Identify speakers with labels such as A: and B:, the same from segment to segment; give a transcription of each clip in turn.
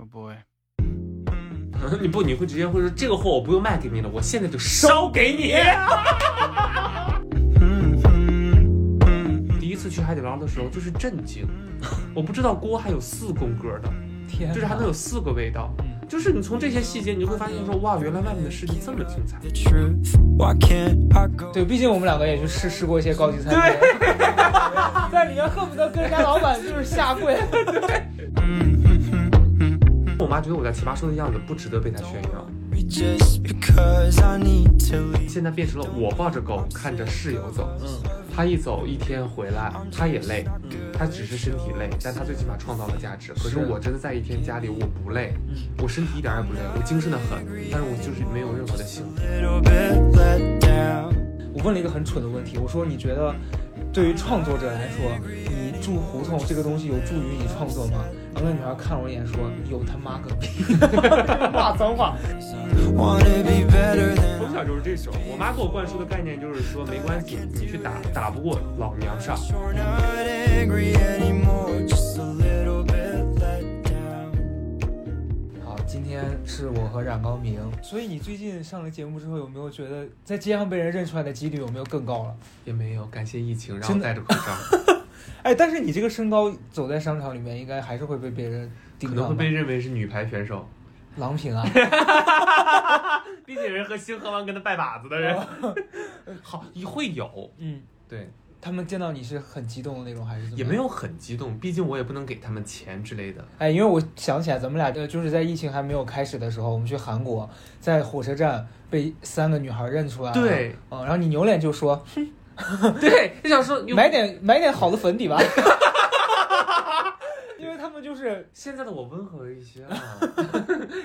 A: 我不会，
B: 你不，你会直接会说这个货我不用卖给你了，我现在就烧给你。 第一次去海底捞的时候就是震惊，我不知道锅还有四宫格的，
C: 天
B: 就是还能有四个味道。就是你从这些细节，你就会发现说，哇，原来外面的世界这么精彩。
D: Why can't I go?
C: 对，毕竟我们两个也去试试过一些高级餐厅， 在里面恨不得跟人家老板就是下跪。
B: 我妈觉得我在奇葩说的样子不值得被她炫耀，
D: Just because I need to leave.
B: 现在变成了我抱着狗看着室友走，
C: 嗯，
B: 她一走一天回来，她也累，她只是身体累，但她最起码创造了价值。可是嗯
C: 是
B: 我真的在一天家里我不累，我身体一点也不累，我精神的很，但是我就是没有任何的幸福。
D: Little bit let down.
C: 我问了一个很蠢的问题，我说你觉得对于创作者来说，你住胡同这个东西有助于你创作吗？然后那女孩看了我一眼说：“有他妈个屁！”骂脏话。
D: Wanna be better than
B: 从小就是这种，我妈给我灌输的概念就是说，没关系，你去打，打不过老娘上。
D: You're not angry anymore. Just a little bit let down.
C: 好，今天是我和冉高明。所以你最近上了节目之后，有没有觉得在街上被人认出来的几率有没有更高了？
B: 也没有，感谢疫情让
C: 真
B: 我
C: 的
B: 戴着口 罩，
C: 哎，但是你这个身高走在商场里面，应该还是会被别人盯
B: 可
C: 上吧
B: 能会被认为是女排选手，
C: 郎平啊。
B: 毕竟人和星河湾跟他拜把子的人， 好会有，
C: 嗯，
B: 对，
C: 他们见到你是很激动的那种，还是怎么？
B: 也没。有很激动，毕竟我也不能给他们钱之类 的。
C: 哎，因为我想起来，咱们俩呃，就是在疫情还没有开始的时候，我们去韩国，在火车站被三个女孩认出来了。
B: 对，
C: 嗯，然后你扭脸就说
B: 对，就想说有
C: 买点买点好的 粉底吧，因为他们就是
B: 现在的我温和一些 啊，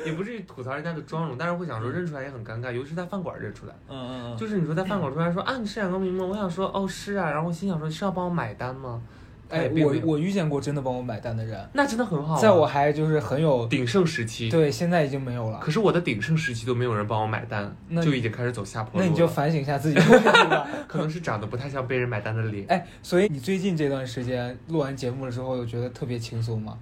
B: 也不至于吐槽人家的妆容，但是会想说认出来也很尴尬，尤其是在饭馆认出来。
C: 嗯嗯嗯就
B: 就是你说在饭馆突然说啊你是冉高明吗？我想说哦是啊，然后我心想说是要帮我买单吗？
C: 哎，
B: 并
C: 我
B: 没有
C: 我遇见过真的帮我买单的人，
B: 那真的很好啊、
C: 在我还就是很有
B: 鼎盛时期，
C: 对，现在已经没有了。
B: 可是我的鼎盛时期都没有人帮我买单，
C: 那
B: 就已经开始走下坡路
C: 那
B: 了。
C: 你就反省一下自己 的问题吧。
B: 可能是长得不太像被人买单的脸。
C: 哎，所以你最近这段时间录完节目了之后，有觉得特别轻松吗？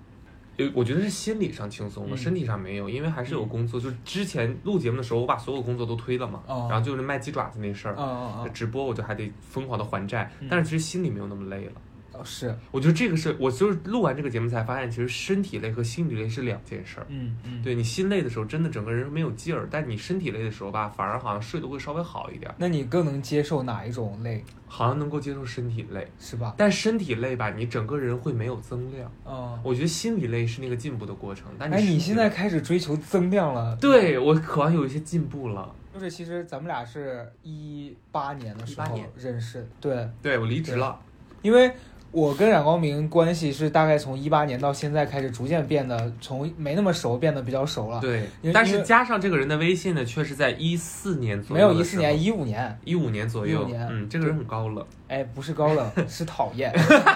B: 有我觉得是心理上轻松了，
C: 嗯
B: 身体上没有，因为还是有工作。就是之前录节目的时候，我把所有工作都推了嘛，
C: 哦
B: 然后就是卖鸡爪子那事儿。
C: 嗯嗯
B: 直播我就还得疯狂的还债，
C: 嗯
B: 但是其实心里没有那么累了。
C: 嗯，哦是，
B: 我觉得这个是我就是录完这个节目才发现，其实身体累和心理累是两件事儿。
C: 嗯嗯，。
B: 对你心累的时候，真的整个人没有劲儿；但你身体累的时候吧，反而好像睡得会稍微好一点，
C: 那你更能接受哪一种累，
B: 好像能够接受身体累。
C: 是吧？
B: 但身体累吧，你整个人会没有增量。
C: 嗯，
B: 我觉得心理累是那个进步的过程，但
C: 哎，
B: 身体
C: 你现在
B: 累
C: 开始追求增量了。
B: 对我渴望有一些进步了。
C: 就是其实咱们俩是一八年的时
B: 18
C: 候
B: 年
C: 认识，对，
B: 对我离职了，
C: 因为我跟冉高明关系是大概从一八年到现在开始逐渐变得从没那么熟变得比较熟了，
B: 对
C: 因为
B: 但
C: 因
B: 是
C: 为
B: 加上这个人的微信呢，却是在一四年左
C: 没
B: 右
C: 有
B: 的时候，
C: 一四年一五年，
B: 一五年左右，
C: 15年
B: 嗯，这个人很高冷，
C: 哎，不是 高冷，是讨厌，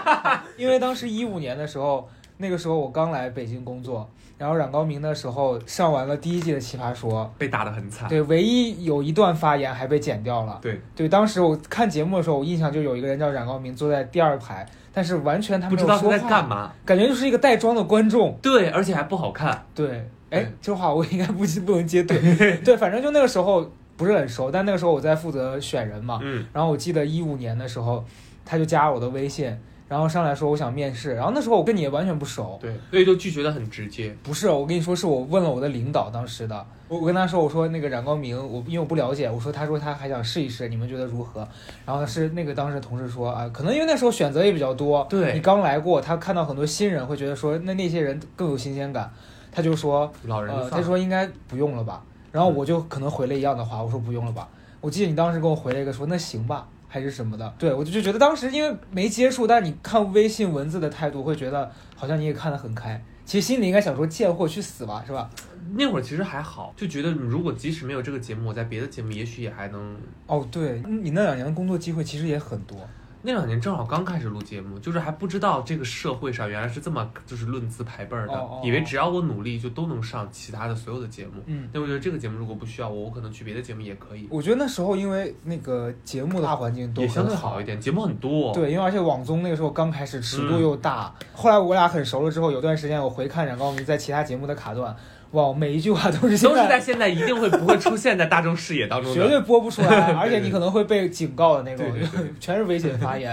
C: 因为当时一五年的时候。那个时候我刚来北京工作，然后冉高明那时候上完了第一季的《奇葩说》，
B: 被打得很惨。
C: 对，唯一有一段发言还被剪掉了。
B: 对，
C: 对，当时我看节目的时候，我印象就有一个人叫冉高明坐在第二排，但是完全他
B: 不知
C: 没有
B: 道他
C: 说
B: 在
C: 话，
B: 干嘛。
C: 感觉就是一个带妆的观众。
B: 对，而且还不好看。啊
C: 对，哎
B: 对，
C: 这话我应该不不能接对。 对，反正就那个时候不是很熟，但那个时候我在负责选人嘛。
B: 嗯，
C: 然后我记得一五年的时候，他就加了我的微信，然后上来说我想面试，然后那时候我跟你也完全不熟。
B: 对，所以就拒绝的很直接。
C: 不是，我跟你说，是我问了我的领导当时的，我我跟他说，我说那个冉高明，我因为我不了解，我说他说他还想试一试，你们觉得如何？然后是那个当时同事说啊，可能因为那时候选择也比较多，
B: 对
C: 你刚来过，他看到很多新人会觉得说那那些人更有新鲜感，他就说
B: 老人
C: 呃，
B: 算
C: 他
B: 了，
C: 说应该不用了吧，然后我就可能回了一样的话，我说不用了吧。我记得你当时跟我回了一个说那行吧，还是什么的。对我就就觉得当时因为没接触，但你看微信文字的态度，会觉得好像你也看得很开。其实心里应该想说贱货去死吧，是吧？
B: 那会儿其实还好，就觉得如果即使没有这个节目，我在别的节目也许也还能
C: 哦，对，你那两年的工作机会其实也很多，
B: 那两年正好刚开始录节目，就是还不知道这个社会上原来是这么就是论资排辈儿的，
C: 哦哦哦
B: 以为只要我努力就都能上其他的所有的节目。
C: 嗯，
B: 但我觉得这个节目如果不需要我，我可能去别的节目也可以，
C: 我觉得那时候因为那个节目的大环境都
B: 也相对
C: 很好
B: 好一点。节目很多，，
C: 对，因为而且网综那个时候刚开始，尺度
B: 哦嗯
C: 又大。后来我俩很熟了之后，有段时间我回看冉高明在其他节目的卡段，哇，每一句话都是现
B: 都是在现在一定会不会出现在大众视野 当中
C: 绝
B: 的。
C: 对播不出来，而且你可能会被警告的那种
B: 对对对，
C: 全是危险发言。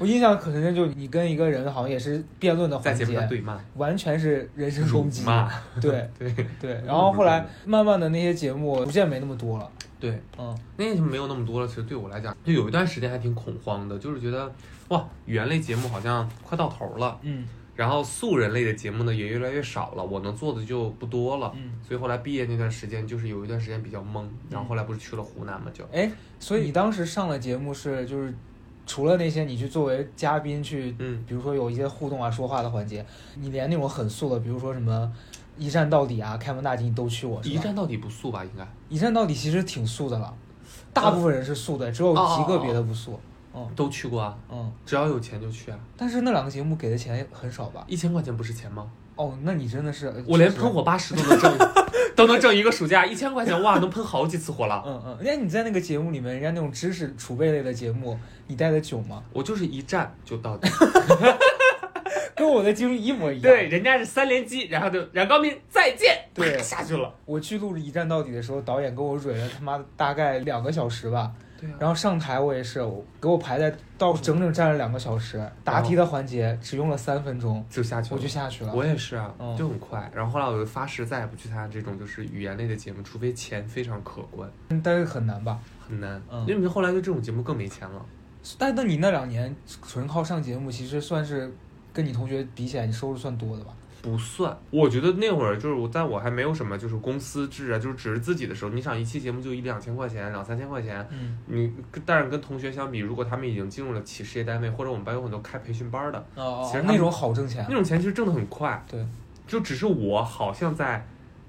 C: 我印象很深，就是你跟一个人好像也是辩论的
B: 在
C: 环
B: 节目上
C: 节，
B: 对 骂、
C: 完全是人身
B: 辱
C: 攻击。啊
B: 骂，
C: 对
B: 对
C: 对，然后后来慢慢的那些节目逐渐没那么多了。
B: 对，
C: 嗯，
B: 那也就没有那么多了。其实对我来讲，就有一段时间还挺恐慌的，就是觉得哇，语言类节目好像快到头了，
C: 嗯
B: 然后素人类的节目呢也越来越少了，我能做的就不多了。
C: 嗯。
B: 所以后来毕业那段时间，就是有一段时间比较懵，然后后来不是去了湖南嘛，就
C: 哎，所以你当时上了节目是就是，除了那些你去作为嘉宾去，
B: 嗯，
C: 比如说有一些互动啊、说话的环节，你连那种很素的，比如说什么一站到底啊、开门大吉你都去过，是吧
B: 一站到底不素吧，应该。
C: 一站到底其实挺素的了，大部分人是素的，
B: 哦
C: 只有极个别的不素。嗯
B: 都去过啊，
C: 嗯，
B: 只要有钱就去啊，
C: 但是那两个节目给的钱很少吧？
B: 一千块钱不是钱吗？
C: 哦，那你真的是
B: 我连
C: 确实
B: 喷火八十都 能挣，都能挣一个暑假，一千块钱哇，能喷好几次火了。
C: 嗯嗯，人家你在那个节目里面，人家那种知识储备类的节目，你待的久吗？
B: 我就是一站就到底，
C: 跟我的经历一模一样。
B: 对，人家是三连击，然后就冉高明再见，
C: 对
B: 下去了。
C: 我去录《一站到底》的时候，导演跟我蕊了他妈大概两个小时吧，
B: 对啊，
C: 然后上台我也是，我给我排在到整整站了两个小时，答题的环节只用了三分钟，
B: 就下去
C: 我
B: 了
C: 就。下去了。
B: 我也是啊
C: 嗯，
B: 就很快。然后后来我就发誓再也不去参加这种就是语言类的节目，除非钱非常可观，
C: 嗯但是很难吧？
B: 很难。
C: 嗯
B: 因为后来就这种节目更没钱了。
C: 但那你那两年纯靠上节目，其实算是跟你同学比起来，你收入算多的吧？
B: 不算，我觉得那会儿就是我，在我还没有什么就是公司制啊，就是只是自己的时候，你想一期节目就一两千块钱，两三千块钱，
C: 嗯，
B: 你但是跟同学相比，如果他们已经进入了企事业单位，或者我们班有很多开培训班的，
C: 哦
B: 其实他们
C: 那种好挣钱
B: 那。种钱其实挣得很快。
C: 对，
B: 就只是我好像在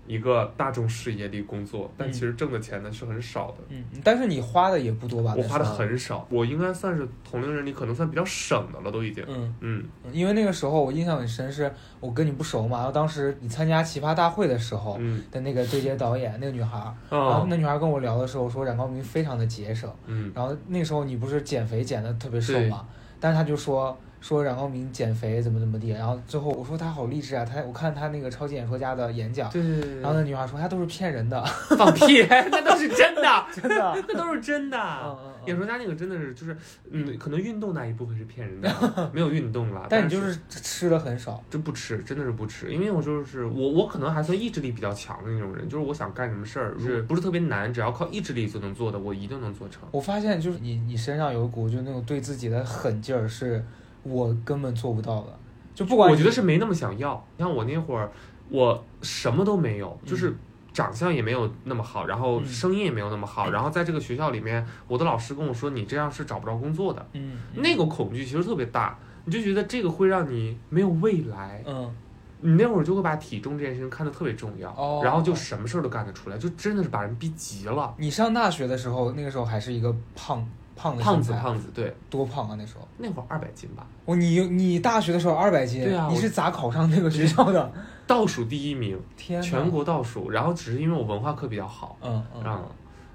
B: 一个大众事业里工作，但其实挣的钱呢是很少的。
C: 嗯，但是你花的也不多吧？
B: 我花
C: 那
B: 的
C: 时候。
B: 很少，我应该算是同龄人里可能算比较省的了，都已经。
C: 嗯，
B: 嗯，
C: 嗯因为那个时候我印象很深，是我跟你不熟嘛，然后当时你参加奇葩大会的时候
B: 嗯，
C: 的那个对接导演，那个女孩儿，然后
B: 哦，
C: 那女孩跟我聊的时候说冉高明非常的节省，
B: 嗯，
C: 然后那时候你不是减肥减的特别瘦
B: 对
C: 嘛，但是她就说说冉高明减肥怎么怎么地，然后最后我说他好励志啊，他我看他那个超级演说家的演讲，
B: 对对对对，
C: 然后那女孩说他啊都是骗人的，
B: 放屁，那都是 真 的，
C: 真的，
B: 那都是真
C: 嗯
B: 的。
C: 嗯
B: 演
C: 嗯。
B: 说家那个真的是就是，嗯，可能运动那一部分是骗人 的，没有运动了，
C: 但
B: 但
C: 你就是吃的很少，
B: 真不吃，真的是不吃，因为我就是我，我可能还算意志力比较强的那种人，就是我想干什么事儿，是不是特别难，只要靠意志力就能做的，我一定能做成。
C: 我发现就是你你身上有一股就那种对自己的狠劲儿，是我根本做不到的，就不管
B: 我觉得
C: 你
B: 是没那么想要，像我那会儿，我什么都没有，就是。长相也没有那么好，然后
C: 嗯
B: 声音也没有那么好，然后在这个学校里面，我的老师跟我说，你这样是找不着工作的。
C: 嗯嗯
B: 那个恐惧其实特别大，你就觉得这个会让你没有未来。
C: 嗯
B: 你那会儿就会把体重这件事情看得特别重要，
C: 哦
B: 然后就什么事儿都干得出来，就真的是把人逼急了。
C: 你上大学的时候，那个时候还是一个胖胖的
B: 胖
C: 身
B: 子，
C: 材，
B: 胖子，对，
C: 多胖啊那时候。
B: 那会儿二百斤吧，
C: 我你你大学的时候二百斤，
B: 对啊
C: 你
B: 我
C: 是咋考上那个学校的？
B: 倒数第一名，
C: 天哪，
B: 全国倒数。然后只是因为我文化课比较好，
C: 嗯嗯
B: 嗯，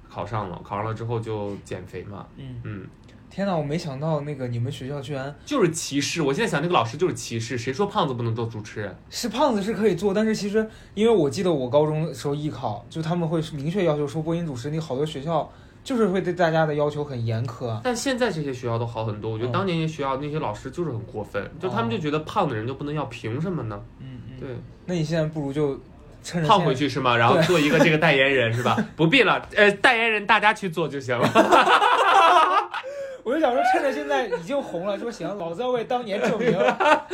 B: 考上了，考上了之后就减肥嘛，
C: 嗯，
B: 嗯，
C: 天哪，我没想到那个你们学校居然
B: 就是歧视。我现在想那个老师就是歧视，谁说胖子不能做主持人？
C: 是胖子是可以做，但是其实因为我记得我高中的时候艺考，就他们会明确要求说播音主持，你好多学校就是会对大家的要求很严苛啊。
B: 但现在这些学校都好很多，我觉得
C: 嗯
B: 当年那些学校那些老师就是很过分，就他们就觉得胖的人就不能要，凭什么呢？
C: 嗯嗯，
B: 对，
C: 那你现在不如就趁着
B: 胖
C: 现在
B: 回去是吗？然后做一个这个代言人是吧？ 不必了，呃，代言人大家去做就行了。
C: 我就想说，趁着现在已经红了，说行，老子要为当年证明，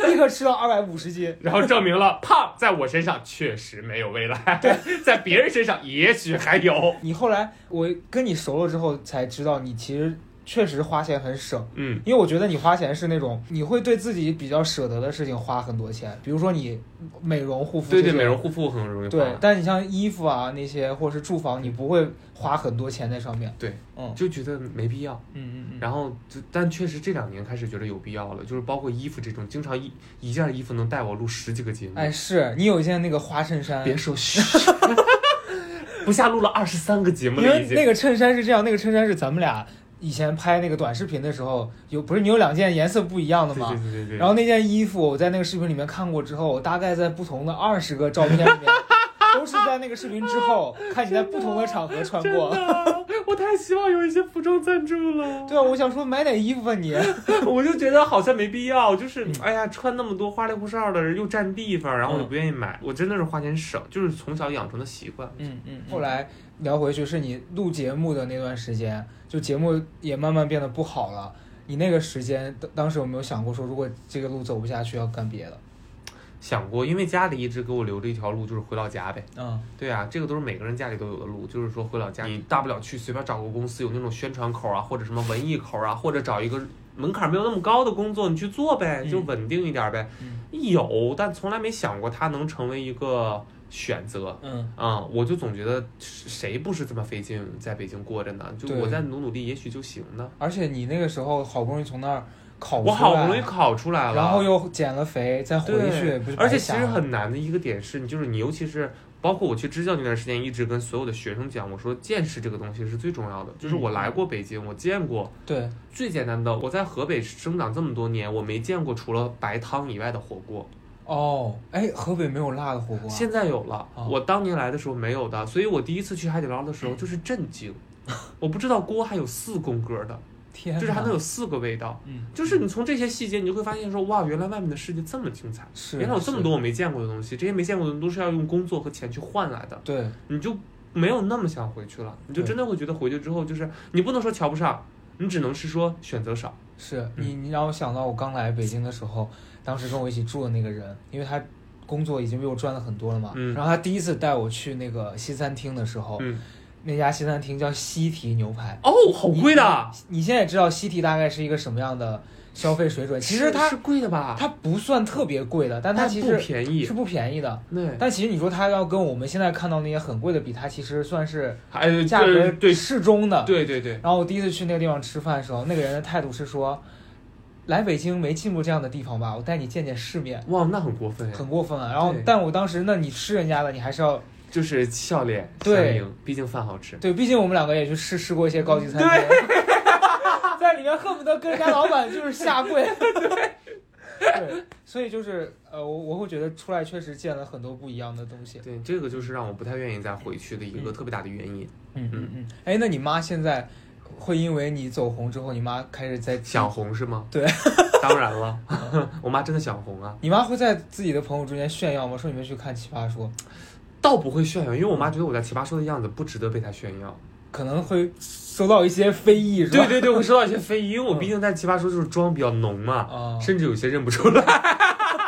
C: 立刻吃到二百五十斤。
B: 然后证明了胖在我身上确实没有未来，在别人身上也许还有。
C: 你后来我跟你熟了之后才知道，你其实确实花钱很省。
B: 嗯
C: 因为我觉得你花钱是那种你会对自己比较舍得的事情花很多钱，比如说你美容护肤，
B: 对对，美容护肤很容易花。嗯
C: 对，但你像衣服啊那些，或是住房，你不会花很多钱在上面。
B: 对，
C: 嗯
B: 就觉得没必要。
C: 嗯嗯嗯，
B: 然后就，但确实这两年开始觉得有必要了，就是包括衣服这种，经常一一件衣服能带我录十几个节目。
C: 哎，是你有一件那个花衬衫，
B: 别说 嘘，不下录了二十三个节目
C: 因
B: 了
C: 为
B: 已经。
C: 那个衬衫是这样，那个衬衫是咱们俩以前拍那个短视频的时候，有不是你有两件颜色不一样的
B: 对
C: 吗？
B: 对对对对。
C: 然后那件衣服我在那个视频里面看过之后，我大概在不同的二十个照片里面，都是在那个视频 之后，看你在不同的场合穿
B: 真
C: 过。
B: 的，我太希望有一些服装赞助 了。
C: 对啊，我想说买点衣服 吧你。
B: 我就觉得好像没必要，就是
C: 嗯
B: 哎呀，穿那么多花里胡哨的，又占地方，然后我就不愿意买。我真的是花钱省，就是从小养成的习惯。
C: 嗯嗯。后来聊回去，是你录节目的那段时间，就节目也慢慢变得不好了。你那个时间，当当时有没有想过说，如果这个路走不下去，要干别的？
B: 想过，因为家里一直给我留着一条路，就是回老家呗。
C: 嗯
B: 对啊，这个都是每个人家里都有的路，就是说回老家，你大不了去随便找个公司有那种宣传口啊，或者什么文艺口啊，或者找一个门槛没有那么高的工作，你去做呗，
C: 嗯
B: 就稳定一点呗。
C: 嗯
B: 有，但从来没想过它能成为一个选择。
C: 嗯
B: 啊、我就总觉得谁不是这么费劲在北京过着呢？就
C: 对
B: 我再努努力，也许就行呢。
C: 而且你那个时候好不容易从那儿考出
B: 我
C: 来，
B: 好不容易考出来了，
C: 然后又减了肥，再回
B: 对
C: 去，不是白
B: 而且其
C: 瞎
B: 实
C: 了
B: 很难的一个点是，就是你尤其是包括我去支教那段时间，一直跟所有的学生讲，我说见识这个东西是最重要的。就是我
C: 嗯
B: 来过北京，我见过
C: 对，
B: 最简单的，我在河北生长这么多年，我没见过除了白汤以外的火锅。
C: 哦，哎，河北没有辣的火锅啊、嗯
B: 现在有了，
C: 哦
B: 我当年来的时候没有的，所以我第一次去海底捞的时候就是震惊，我不知道锅还有四宫格的，
C: 天
B: 就是还能
C: 有，
B: 有四个味道。
C: 哎嗯，
B: 就是你从这些细节，你就会发现说，哇，原来外面的世界这么精彩，
C: 是
B: 原来有这么
C: 是
B: 多我没见过的东西，这些没见过的都是要用工作和钱去换来的，
C: 对，
B: 你就没有那么想回去了，你就
C: 对
B: 真的会觉得回去之后就是你不能说瞧不上，你只能是说选择少。
C: 是
B: 嗯
C: 你你让我想到我刚来北京的时候，当时跟我一起住的那个人，因为他工作已经比我赚了很多了嘛，
B: 嗯
C: 然后他第一次带我去那个西餐厅的时候，
B: 嗯，
C: 那家西餐厅叫西提牛排，
B: 哦，好贵的，
C: 你现在也知道西提大概是一个什么样的消费水准，其实
B: 是
C: 它
B: 是贵的吧？
C: 它不算特别贵的，但它
B: 但
C: 其
B: 不
C: 实
B: 便
C: 是
B: 宜，
C: 不便宜的。
B: 对，
C: 但其实你说它要跟我们现在看到那些很贵的比，它其实算是
B: 还有
C: 价格
B: 哎对
C: 适中的。
B: 对对对，
C: 然后我第一次去那个地方吃饭的时候，那个人的态度是说，来北京没进过这样的地方吧，我带你见见世面，
B: 哇，那很过分哎，
C: 很过分啊。然后
B: 对，
C: 但我当时，那你吃人家的，你还是要
B: 就是笑脸
C: 对
B: 相迎，毕竟饭好吃。
C: 对，毕竟我们两个也去试吃过一些高级餐厅， 在里面恨不得跟人家老板就是下跪。 对，所以就是呃，我我会觉得出来确实见了很多不一样的东西。
B: 对，这个就是让我不太愿意再回去的一个
C: 嗯
B: 特别大的原因。
C: 嗯嗯嗯。哎，那你妈现在会因为你走红之后，你妈开始在
B: 想红是 吗？
C: 对，
B: 当然了， 我妈真的想红啊，
C: 你妈会在自己的朋友中间炫耀吗？说你们去看《奇葩说》，
B: 倒不会炫耀，因为我妈觉得我在奇葩说的样子不值得被她炫耀。
C: 可能会收到一些非议，是吧？
B: 对对对，我收到一些非议，因为我毕竟在奇葩说就是妆比较浓嘛，
C: 啊、
B: 甚至有些认不出来。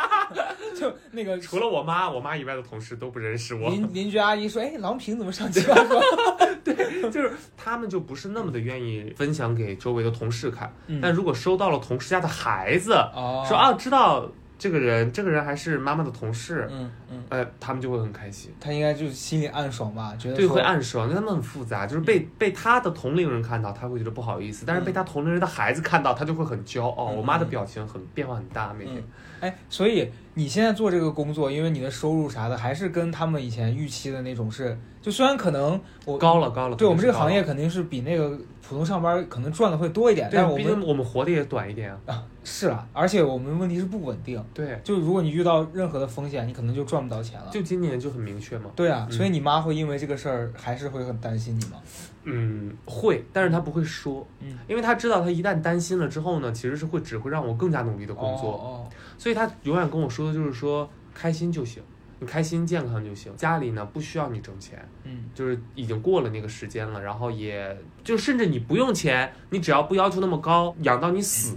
C: 就那个
B: 除了我妈，我妈以外的同事都不认识我，
C: 邻邻居阿姨说：“哎，郎平怎么上奇葩 说
B: 就是他们就不是那么的愿意分享给周围的同事看。？”但
C: 嗯，
B: 如果收到了同事家的孩子，
C: 哦，
B: 说，啊，知道这个人，这个人还是妈妈的同事，
C: 嗯嗯，
B: 呃，他们就会很开心。
C: 她应该就是心里暗爽吧，觉得
B: 对，
C: 说
B: 会暗爽，因为他们很复杂，就是被被他的同龄人看到，他会觉得不好意思；但是被
C: 嗯
B: 他同龄人的孩子看到，他就会很骄傲。
C: 嗯
B: 我妈的
C: 嗯
B: 表情很变化很大，每天
C: 嗯。哎，所以你现在做这个工作，因为你的收入啥的，还是跟他们以前预期的那种是，就虽然可能我
B: 高了高了。
C: 对我
B: 肯定
C: 们
B: 是
C: 这个
B: 高
C: 行
B: 了
C: 业，肯定是比那个普通上班可能赚的会多一点，但是
B: 对，
C: 我
B: 毕
C: 们
B: 竟我们活的也短一点啊。
C: 啊是啊，而且我们问题是不稳定，
B: 对，
C: 就如果你遇到任何的风险，你可能就赚不到钱了。
B: 就今年就很明确嘛。
C: 对啊，
B: 嗯
C: 所以你妈会因为这个事儿还是会很担心你吗？
B: 嗯，会，但是他不会说，
C: 嗯，
B: 因为他知道他一旦担心了之后呢，其实是会只会让我更加努力的工作。
C: 哦，
B: 所以他永远跟我说的就是说开心就行，你开心健康就行，家里呢不需要你挣钱，
C: 嗯
B: 就是已经过了那个时间了，然后也就甚至你不用钱，你只要不要求那么高，养到你死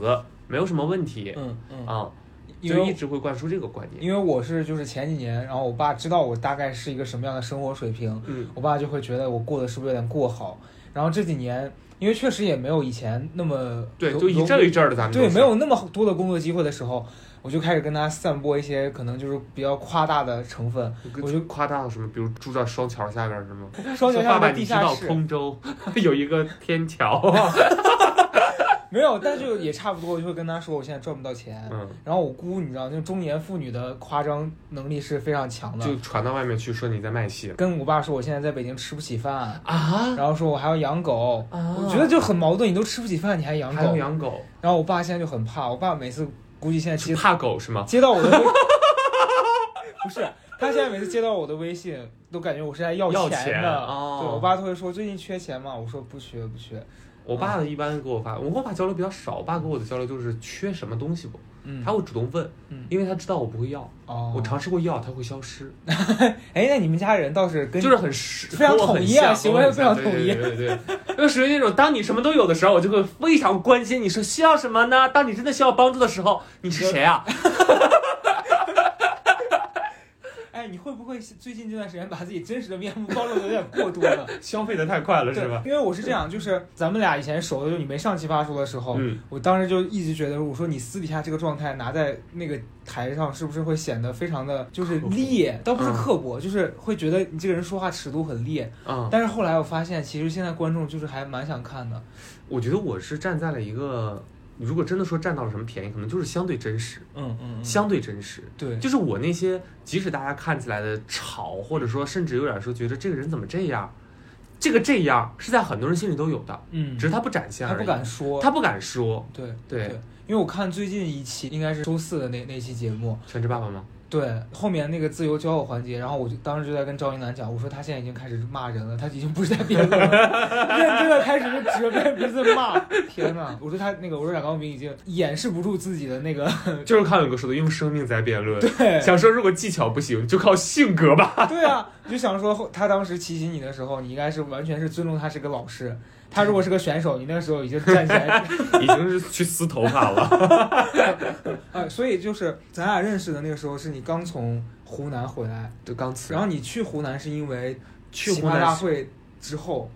B: 没有什么问题
C: 嗯嗯，
B: 啊、
C: 因
B: 就一
C: 为
B: 直会灌输这个观念。
C: 因为我是就是前几年，然后我爸知道我大概是一个什么样的生活水平，
B: 嗯
C: 我爸就会觉得我过得是不是有点过好。然后这几年因为确实也没有以前那么
B: 对，
C: 有
B: 就一阵儿一阵儿的咱们
C: 对
B: 都是
C: 没有那么多的工作机会的时候，我就开始跟他散播一些可能就是比较夸大的 成分，我就
B: 夸大了什么，比如住在双桥下边儿是吗？
C: 双桥
B: 说
C: 下
B: 爸爸，
C: 的
B: 你
C: 地
B: 知
C: 下
B: 道
C: 室。
B: 通州 有一个天桥，
C: 没有，但就也差不多，我就会跟他说我现在赚不到钱。
B: 嗯，
C: 然后我姑，你知道，那中年妇女的夸张能力是非常强的
B: 就。传到外面去说你在卖血
C: 跟我爸说我现在在北京吃不起饭，
B: 啊，
C: 然后说我还要养狗，
B: 啊
C: 我觉得就很矛盾，你都吃不起饭，你还养
B: 还有
C: 狗。
B: 养狗，
C: 然后我爸现在就很怕，我爸每次估计现在接
B: 是怕狗是吗？
C: 接到我的微， 不是，他现在每次接到我的微信，都感觉我是在要
B: 要
C: 钱
B: 钱
C: 的。
B: 哦
C: 对我爸都会说最近缺钱吗？我说不缺不缺。
B: 我
C: 啊
B: 爸的一般给我发，我跟我爸交流比较少，我爸跟我的交流就是缺什么东西不，
C: 嗯，
B: 他会主动问
C: 嗯，
B: 因为他知道我不会要，
C: 哦，
B: 我尝试过要，他会消失，
C: 哎，那你们家人倒是跟
B: 就是很实
C: 非常
B: 和我很
C: 统一
B: 像
C: 啊行
B: 和我
C: 为
B: 很
C: 非常
B: 像
C: 统一啊
B: 对对对对对， 就属于那种当你什么都有的时候，我就会非常关心你说需要什么呢？当你真的需要帮助的时候，你是谁 啊？
C: 哎，你会不会最近这段时间把自己真实的面目暴露的有点过多 了？
B: 消费的太快了
C: 对？因为我是这样，就是咱们俩以前熟的，就是你没上奇葩说的时候，
B: 嗯，
C: 我当时就一直觉得，我说你私底下这个状态拿在那个台上，是不是会显得非常的就是
B: 刻薄
C: 烈？倒不是
B: 嗯
C: 刻薄，就是会觉得你这个人说话尺度很烈。
B: 嗯，
C: 但是后来我发现，其实现在观众就是还蛮想看的。
B: 我觉得我是站在了一个，如果真的说占到了什么便宜，可能就是相对真实，
C: 嗯嗯像
B: 相对真实。
C: 对，
B: 就是我那些，即使大家看起来的吵，或者说甚至有点说觉得这个人怎么这样，这个这样是在很多人心里都有的，
C: 嗯
B: 只，是他不展现
C: 他
B: 而
C: 不
B: 已。
C: 敢说，
B: 他不敢说。
C: 对
B: 对，
C: 因为我看最近一期应该是周四的那那期节目，
B: 全职爸爸吗？
C: 对，后面那个自由交友环节，然后我就当时就在跟赵一楠讲，我说他现在已经开始骂人了，他已经不是在辩论了，认真的开始就指着别人鼻子骂。 天哪！我说他那个，我说冉高明已经 掩饰不住自己的那个，
B: 呃就是看有个说的，用生命在辩论。
C: 对
B: 想说如果技巧不行，就靠性格 吧。
C: 对啊，我就想说后他当时提醒你的时候，你应该是完全是尊重他是个老师，他如果是个选手，你那时候已经站起来
B: 已经是去撕头发 了。
C: 呃，所以就是咱俩认识的那个时候，是你刚从湖南回来，
B: 就刚辞。
C: 然后你去湖南是因为
B: 去
C: 奇葩
B: 湖南
C: 大
B: 是
C: 会之后，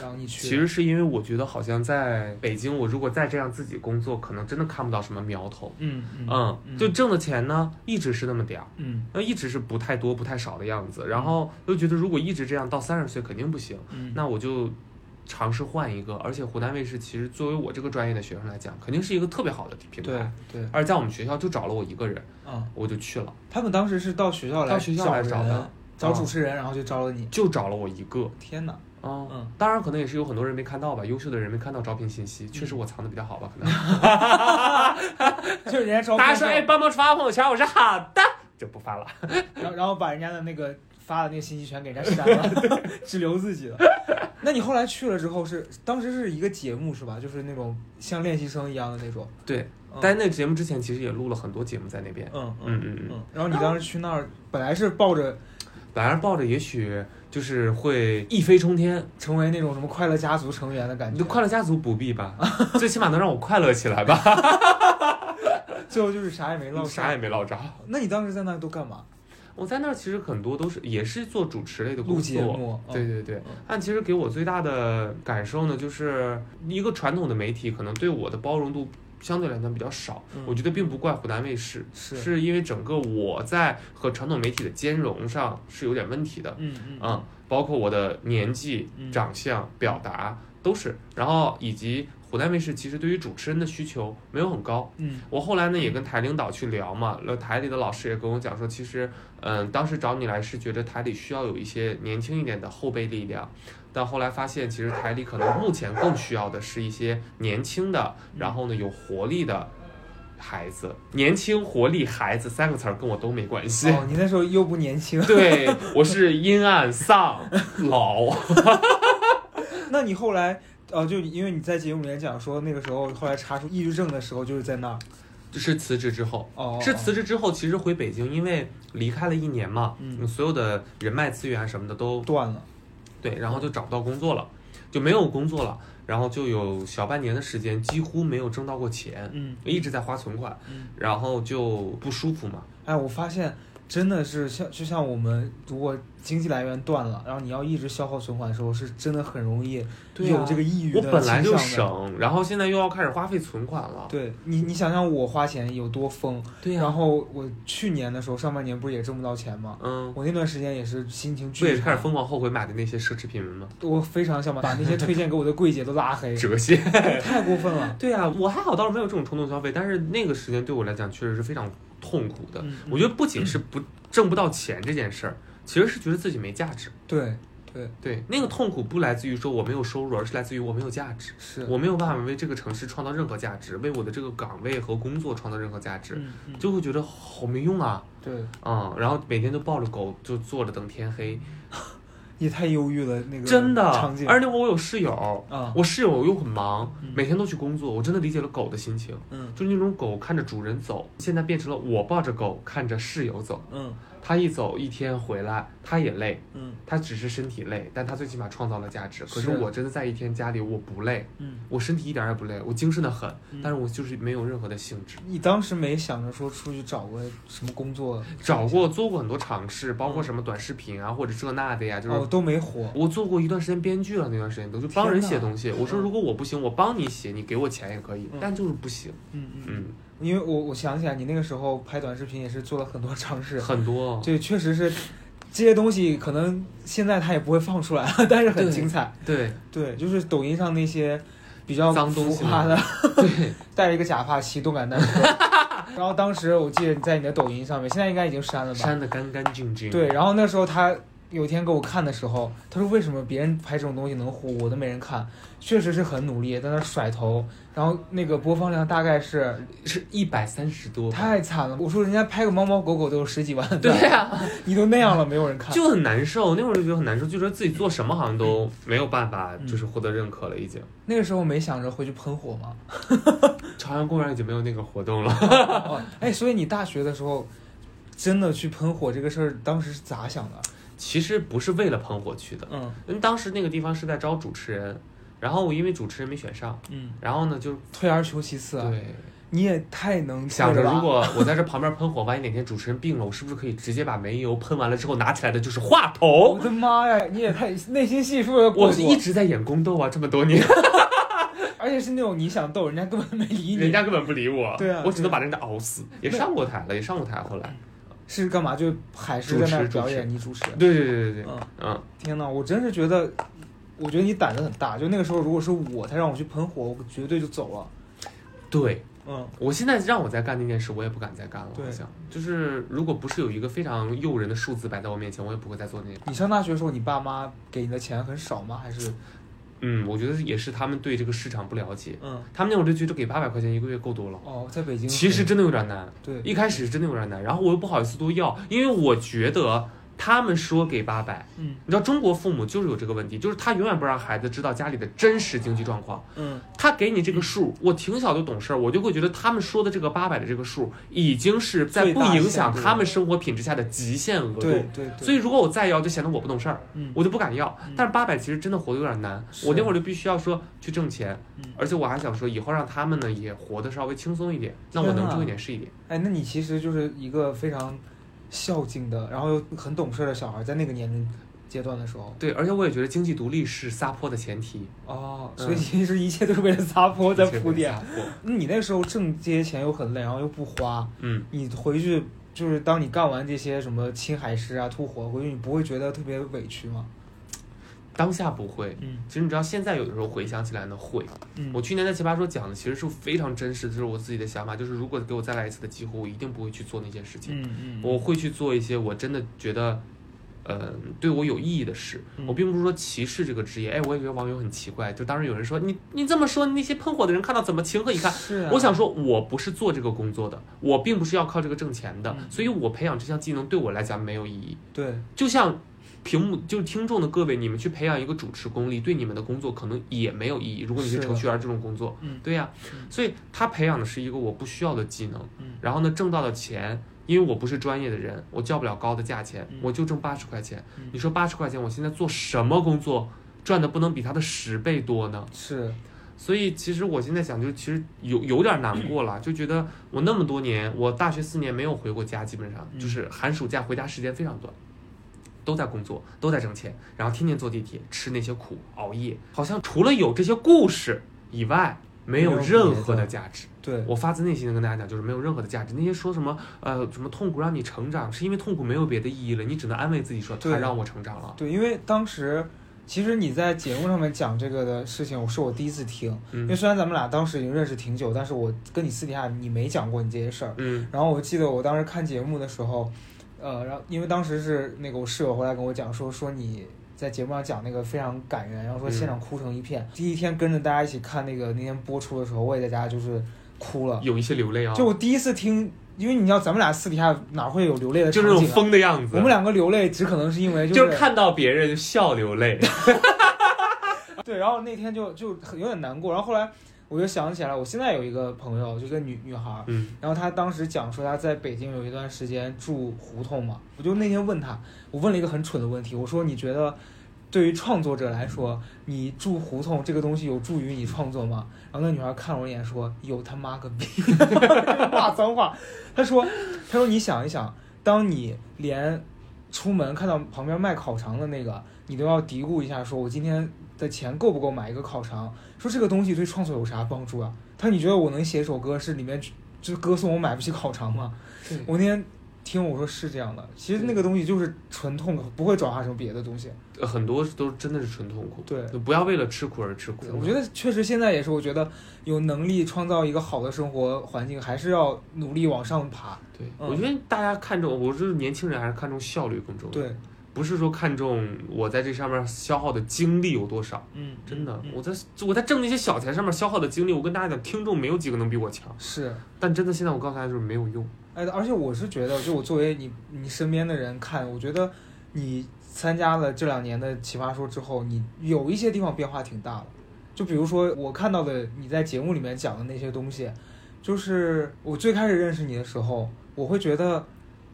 C: 然后你去
B: 其实是因为我觉得好像在北京，我如果再这样自己工作，可能真的看不到什么苗头。
C: 嗯
B: 嗯，就挣的钱呢，一直是那么点儿，
C: 嗯
B: 那一直是不太多、不太少的样子。然后又觉得如果一直这样到三十岁肯定不行，
C: 嗯，
B: 那我就尝试换一个。而且湖南卫视其实作为我这个专业的学生来讲，肯定是一个特别好的品
C: 对
B: 牌。
C: 对，
B: 而在我们学校就找了我一个人，
C: 嗯，
B: 我就去了，
C: 他们当时是到学校来
B: 到学校来
C: 人
B: 找的，
C: 找
B: 啊
C: 主持人，然后就招了你。
B: 就找了我一个。
C: 天哪，
B: 啊、
C: 嗯，
B: 当然可能也是有很多人没看到吧，优秀的人没看到招聘信息，确实
C: 嗯
B: 我藏的比较好吧，可能。
C: 就是人 家招
B: 大家
C: 聘
B: 说，
C: 上
B: 哎，，帮忙发朋友圈，我说好的，就不发了。
C: 然后然后把人家的那个发的那个信息全给人家删了， 只留自己的。那你后来去了之后是当时是一个节目是吧？就是那种像练习生一样的那种。
B: 对，
C: 嗯
B: 但是那节目之前其实也录了很多节目在那边。
C: 嗯
B: 嗯嗯嗯，
C: 嗯，然后你当时去那儿本来是抱着
B: 本来抱着也许就是会一飞冲天，
C: 成为那种什么快乐家族成员的感
B: 你
C: 觉
B: 的，快乐家族不必 吧，最起码能让我快乐起来吧。
C: 最后就是啥也没落下。
B: 啥也没落着。
C: 那你当时在那儿都干嘛？
B: 我在那儿其实很多都是也是做主持类的工
C: 录
B: 作，
C: 节目。嗯
B: 对对对
C: 嗯，
B: 但其实给我最大的感受呢，就是一个传统的媒体可能对我的包容度相对来讲比较少，
C: 嗯
B: 我觉得并不怪湖南卫视，
C: 是
B: 是因为整个我在和传统媒体的兼容上是有点问题的，
C: 嗯嗯
B: 嗯，包括我的年纪
C: 嗯、
B: 长相、表达都是，然后以及湖南卫视其实对于主持人的需求没有很高，
C: 嗯
B: 我后来呢也跟台领导去聊嘛，那台里的老师也跟我讲说，其实，嗯，当时找你来是觉得台里需要有一些年轻一点的后备力量，但后来发现其实台里可能目前更需要的是一些年轻的，
C: 嗯
B: 然后呢有活力的孩子，年轻、活力、孩子三个词儿跟我都没关系。
C: 哦，你那时候又不年轻，
B: 对，我是阴暗、丧、老，
C: 那你后来呃，就因为你在节目里面讲说那个时候后来查出抑郁症的时候就是在那儿
B: 是辞职之后。
C: 哦，
B: 是辞职之后，其实回北京，因为离开了一年嘛，
C: 嗯
B: 所有的人脉资源啊什么的都
C: 哦断了，
B: 对，然后就找不到工作了，就没有工作了，然后就有小半年的时间几乎没有挣到过钱，
C: 嗯
B: 一直在花存款，
C: 嗯，
B: 然后就不舒服嘛。
C: 哎，我发现真的是像就像我们如果经济来源断了，然后你要一直消耗存款的时候，是真的很容易
B: 对啊
C: 有这个抑郁
B: 我
C: 的
B: 本来
C: 倾
B: 就
C: 向的。
B: 省，然后现在又要开始花费存款了。
C: 对你，你想想我花钱有多疯，
B: 对
C: 然后我去年的时候上半年不是也挣不到钱吗？
B: 嗯，
C: 我那段时间也是心情
B: 不也
C: 巨啊
B: 是开
C: 差
B: 始，疯狂后悔买的那些奢侈品吗？，
C: 我非常想把把那些推荐给我的柜姐都拉黑
B: 折现。
C: 太过分了。
B: 对啊，我还好，倒是没有这种冲动消费，但是那个时间对我来讲确实是非常痛苦的。
C: 嗯，
B: 我觉得不仅是不挣不到钱这件事儿，其实是觉得自己没价值。
C: 对
B: 对，那个痛苦不来自于说我没有收入，而是来自于我没有价值，
C: 是，
B: 我没有办法为这个城市创造任何价值，为我的这个岗位和工作创造任何价值，
C: 嗯嗯
B: 就会觉得好没用啊，
C: 对，
B: 嗯，然后每天都抱着狗就坐着等天黑，
C: 也太忧郁了那个
B: 真的
C: 场景，，
B: 而且我有室友。
C: 啊，
B: 我室友又很忙
C: 嗯，
B: 每天都去工作，我真的理解了狗的心情。
C: 嗯
B: 就那种狗看着主人走，现在变成了我抱着狗看着室友走。
C: 嗯
B: 它一走一天回来，它也累，
C: 嗯
B: 它只是身体累，但它最起码创造了价值。可是
C: 是
B: 我真的在一天家里，我不累，
C: 嗯，
B: 我身体一点儿也不累，我精神的很，
C: 嗯
B: 但是我就是没有任何的兴致。
C: 你当时没想着说出去找个什么工作，
B: 找过做过很多尝试，包括什么短视频啊，或者这那的呀，就是
C: 嗯哦都没火，
B: 我做过一段时间编剧了，那段时间都就帮人
C: 天哪
B: 写东西。我说
C: 嗯
B: 如果我不行，我帮你写，你给我钱也可以
C: 嗯，
B: 但就是不行。
C: 嗯嗯
B: 嗯，
C: 因为我我想起来你那个时候拍短视频也是做了很多尝试，
B: 很多。
C: 对，确实是这些东西可能现在它也不会放出来，但是很
B: 对
C: 精彩，
B: 对
C: 对，就是抖音上那些。比较
B: 脏东
C: 浮
B: 西
C: 夸的，
B: 对，
C: 戴着一个假发骑动感 单车，然后当时我记得你在你的抖音上面，现在应该已经删了吧？
B: 删的干干净净。
C: 对，然后那时候他有一天给我看的时候，他说为什么别人拍这种东西能火，我都没人看？确实是很努力，在那儿甩头，然后那个播放量大概是
B: 是一百三十多吧，
C: 太惨了。我说人家拍个猫猫狗狗都有十几万的，
B: 对啊呀、
C: 你都那样了，没有 人看。
B: 就很难受。那会儿就觉得很难受，就觉得自己做什么好像都没有办法，
C: 嗯
B: 就是获得认可了，已经。
C: 那个时候没想着回去喷火吗？
B: 朝阳公园已经没有那个活动了。
C: 哦，哎，所以你大学的时候真的去喷火这个事儿，当时是咋想的？
B: 其实不是为了喷火去的，
C: 嗯
B: 因为当时那个地方是在招主持人，然后我因为主持人没选上，
C: 嗯，
B: 然后呢就
C: 退而求其次啊，
B: 对
C: 你也太能退
B: 想着
C: 了吧
B: 如果我在这旁边喷火，万一哪天主持人病了，我是不是可以直接把煤油喷完了之后拿起来的就是话
C: 我
B: 筒？
C: 的妈呀，你也太内心戏是不是有点
B: 哦我
C: 过多？
B: 一直在演宫斗啊，这么多 年，
C: 而且是那种你想逗人家根本没理你，
B: 人家根本不理我，
C: 对啊
B: 我只能
C: 对啊
B: 把人家熬死。也上过台了，也上过台，后来，
C: 是干嘛？就还是在那儿表演，你主持。
B: 对对对对对，
C: 嗯，
B: 嗯，
C: 天哪，我真是觉得，我觉得你胆子很大。就那个时候，如果是我，他让我去喷火，我绝对就走了。
B: 对，
C: 嗯，
B: 我现在让我再干那件事，我也不敢再干了。
C: 对
B: 好像就是，如果不是有一个非常诱人的数字摆在我面前，我也不会再做那件。
C: 你上大学的时候，你爸妈给你的钱很少吗？还是
B: 嗯，我觉得也是他们对这个市场不了解，
C: 嗯，
B: 他们那会儿就觉得给八百块钱一个月够多了。
C: 哦，在北京很，
B: 其实真的有点难，
C: 对，
B: 一开始真的有点难，然后我又不好意思多要，因为我觉得他们说给八百，
C: 嗯
B: 你知道中国父母就是有这个问题，就是他永远不让孩子知道家里的真实经济状况。
C: 嗯，
B: 他给你这个数，我挺小就懂事儿，我就会觉得他们说的这个八百的这个数，已经是在
C: 最
B: 不
C: 大
B: 影
C: 限
B: 响
C: 度
B: 他们生活品质下的极限额
C: 对
B: 度。
C: 对对，
B: 所以如果我再要，就显得我不懂事儿，
C: 嗯，
B: 我就不敢要
C: 嗯。
B: 但是八百其实真的活得有点难，
C: 是
B: 我那会儿就必须要说去挣钱
C: 嗯，
B: 而且我还想说以后让他们呢也活得稍微轻松一点，那我
C: 天
B: 能
C: 啊
B: 挣一点是一点。
C: 哎，那你其实就是一个非常孝敬的，然后又很懂事的小孩，在那个年龄阶段的时候，
B: 对，而且我也觉得经济独立是撒泼的前提，
C: 哦，
B: 嗯
C: 所以其实一切都是为 了撒泼在铺垫啊
B: 撒。泼。
C: 那你那时候挣这些钱又很累，然后又不花，
B: 嗯，
C: 你回去就是当你干完这些什么亲海狮啊、吐火，回去你不会觉得特别委屈吗？
B: 当下不会。
C: 嗯
B: 其实你知道，现在有的时候回想起来呢，会。
C: 嗯
B: 我去年在奇葩说讲的其实是非常真实的，就是我自己的想法，就是如果给我再来一次的机会，我一定不会去做那件事情，
C: 嗯
B: 我会去做一些我真的觉得，呃，对我有意义的事。
C: 嗯
B: 我并不是说歧视这个职业，哎，我也觉得网友很奇怪，就当时有人说你你这么说，那些喷火的人看到怎么情何以堪？
C: 是啊，
B: 我想说，我不是做这个工作的，我并不是要靠这个挣钱的，
C: 嗯
B: 所以我培养这项技能对我来讲没有意义。
C: 对
B: 就像屏幕就是听众的各位，你们去培养一个主持功力，对你们的工作可能也没有意义。如果你是
C: 是的啊
B: 程序员这种工作，
C: 嗯
B: 对呀、
C: 嗯
B: 所以他培养的是一个我不需要的技能，
C: 嗯
B: 然后呢挣到的钱。因为我不是专业的人，我叫不了高的价钱，
C: 嗯
B: 我就挣八十块钱。
C: 嗯
B: 你说八十块钱，我现在做什么工作赚的不能比他的十倍多呢？
C: 是，
B: 所以其实我现在想，就其实有有点难过 了，就觉得我那么多年，我大学四年没有回过家，基本上
C: 嗯
B: 就是寒暑假回家时间非常短，都在工作，都在挣钱，然后天天坐地铁，吃那些苦，熬夜，好像除了有这些故事以外，没有
C: 没有
B: 任
C: 别
B: 何
C: 的
B: 的价值。
C: 对，
B: 我发自内心的跟大家讲，就是没有任何的价值。那些说什么呃什么痛苦让你成长，是因为痛苦没有别的意义了，你只能安慰自己说
C: 对
B: 它让我成长了。
C: 对，因为当时其实你在节目上面讲这个的事情，我是我第一次听。因为
B: 嗯
C: 虽然咱们俩当时已经认识挺久，但是我跟你私底下你没讲过你这些事儿。
B: 嗯
C: 然后我记得我当时看节目的时候，呃，然后因为当时是那个我室友回来跟我讲说说你在节目上讲那个非常感人，然后说
B: 嗯
C: 现场哭成一片。第一天跟着大家一起看那个那天播出的时候，我也在家就是哭了。
B: 有一些流泪啊，
C: 就我第一次听，因为你知道咱们俩私底下哪会有流泪的
B: 就
C: 场
B: 是那种
C: 景、啊？
B: 疯的样子。啊
C: 我们两个流泪只可能是因为
B: 就是看到别人笑流泪。
C: 对，然后那天就就很有点难过，然后后来我就想起来，我现在有一个朋友，就一个女女孩儿，
B: 嗯
C: 然后她当时讲说她在北京有一段时间住胡同嘛，我就那天问她，我问了一个很蠢的问题，我说你觉得对于创作者来说，你住胡同这个东西有助于你创作吗？然后那女孩看了我一眼说有他妈个逼， 骂脏话，她说她说你想一想，当你连出门看到旁边卖烤肠的那个，你都要嘀咕一下，说我今天的钱够不够买一个烤肠？说这个东西对创作有啥帮助啊？他说你觉得我能写一首歌是里面就是歌颂我买不起烤肠吗？
B: 对
C: 我那天听我说是这样的，其实那个东西就是纯痛苦，不会转化成别的东西。
B: 呃很多都真的是纯痛苦，
C: 对
B: 就不要为了吃苦而吃苦。
C: 我觉得确实现在也是，我觉得有能力创造一个好的生活环境，还是要努力往上爬。
B: 对，
C: 嗯
B: 我觉得大家看重，我就是年轻人还是看重效率更重要，
C: 对，
B: 不是说看重我在这上面消耗的精力有多少。
C: 嗯，
B: 真的，
C: 嗯
B: 我在我在挣那些小钱上面消耗的精力，我跟大家讲，听众没有几个能比我强。
C: 是。
B: 但真的，现在我告诉大家就是没有用。
C: 哎，而且我是觉得，就我作为你你身边的人看，我觉得你参加了这两年的《奇葩说》之后，你有一些地方变化挺大了。就比如说我看到的你在节目里面讲的那些东西，就是我最开始认识你的时候，我会觉得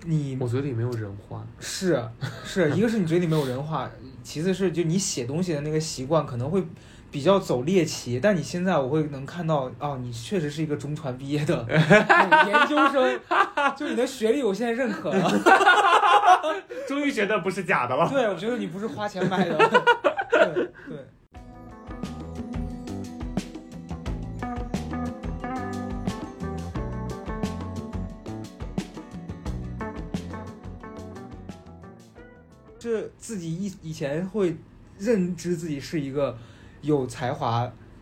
C: 你
B: 我嘴里没有人话，
C: 是是一个是你嘴里没有人话，其次是就你写东西的那个习惯可能会比较走猎奇，但你现在我会能看到哦，你确实是一个中传毕业的 研究生，就你的学历我现在认可了，
B: 终于觉得不是假的了。
C: 对我觉得你不是花钱买 的，对对，是自己以以前会认知自己是一个有才华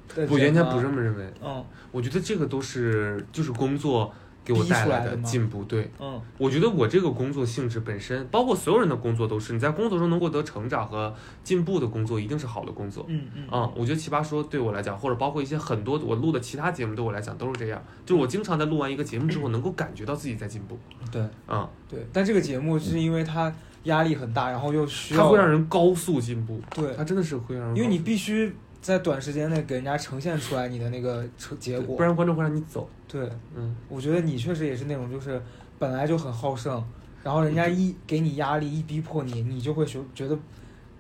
C: 的人
B: 我原先
C: 吗
B: 不这，么认为，
C: 嗯
B: 我觉得这个都是就是工作给我带来
C: 逼出来的
B: 的
C: 吗
B: 进步。对，
C: 嗯
B: 我觉得我这个工作性质本身，包括所有人的工作都是，你在工作中能获得成长和进步的工作，一定是好的工作。
C: 嗯嗯
B: 嗯，我觉得《奇葩说》对我来讲，或者包括一些很多我录的其他节目对我来讲都是这样，就是我经常在录完一个节目之后，能够感觉到自己在进步。
C: 对
B: 嗯，
C: 对，但这个节目是因为它压力很大，然后又需
B: 它
C: 要
B: 会让人高速进步，
C: 对
B: 它真的是会让人高速，
C: 因为你必须在短时间内给人家呈现出来你的那个成结
B: 对
C: 果。
B: 不然观众会让你走。
C: 对，
B: 嗯，
C: 我觉得你确实也是那种，就是本来就很好胜，然后人家一给你压力，一逼迫你，你就会觉觉得，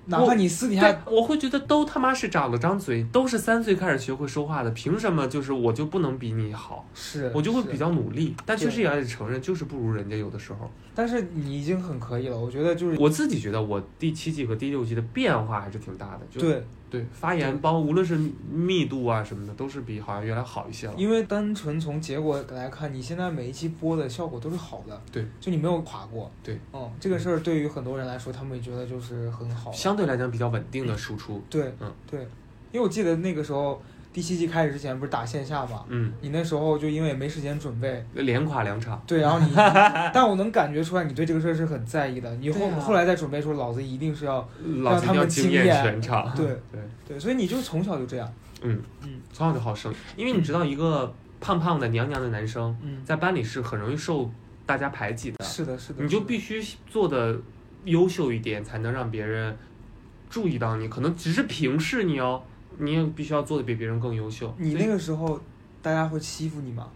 C: 哪怕你私底
B: 对
C: 下，
B: 我会觉得都他妈是长了张嘴，都是三岁开始学会说话的，凭什么就是我就不能比你好？
C: 是，
B: 我就会比
C: 是，
B: 较努力，但
C: 对
B: 确实也得承认，就是不如人家有的时候。
C: 但是你已经很可以了。我觉得就是
B: 我自己觉得我第七季和第六季的变化还是挺大的，就
C: 对，
B: 对发
C: 对
B: 言包括无论是密度啊什么的，都是比好像原来好一些了。
C: 因为单纯从结果来看，你现在每一期播的效果都是好的，
B: 对，
C: 就你没有垮过，
B: 对，
C: 嗯，这个事儿对于很多人来说，他们也觉得就是很好了。
B: 相对来讲比较稳定的输出，
C: 对，
B: 嗯
C: 对，因为我记得那个时候第七季开始之前不是打线下嘛，
B: 嗯，
C: 你那时候就因为也没时间准备，
B: 连垮两场。
C: 对，然后 你，但我能感觉出来你对这个事儿是很在意的，你后、
B: 对啊
C: 后来再准备说老子一定是要
B: 老子一定要惊艳
C: 让他们惊
B: 全
C: 艳
B: 场。
C: 对
B: 对，
C: 对，所以你就从小就这样，
B: 啊嗯
C: 嗯
B: 从小就好胜，因为你知道一个胖胖的娘娘的男生，
C: 嗯，
B: 在班里是很容易受大家排挤的，
C: 是的，是的，
B: 你就是
C: 的
B: 必须做的优秀一点，才能让别人注意到你。可能只是平视你哦，你也必须要做的比别人更优秀。
C: 你
B: 所
C: 那
B: 以
C: 个时候大家会欺负你吗？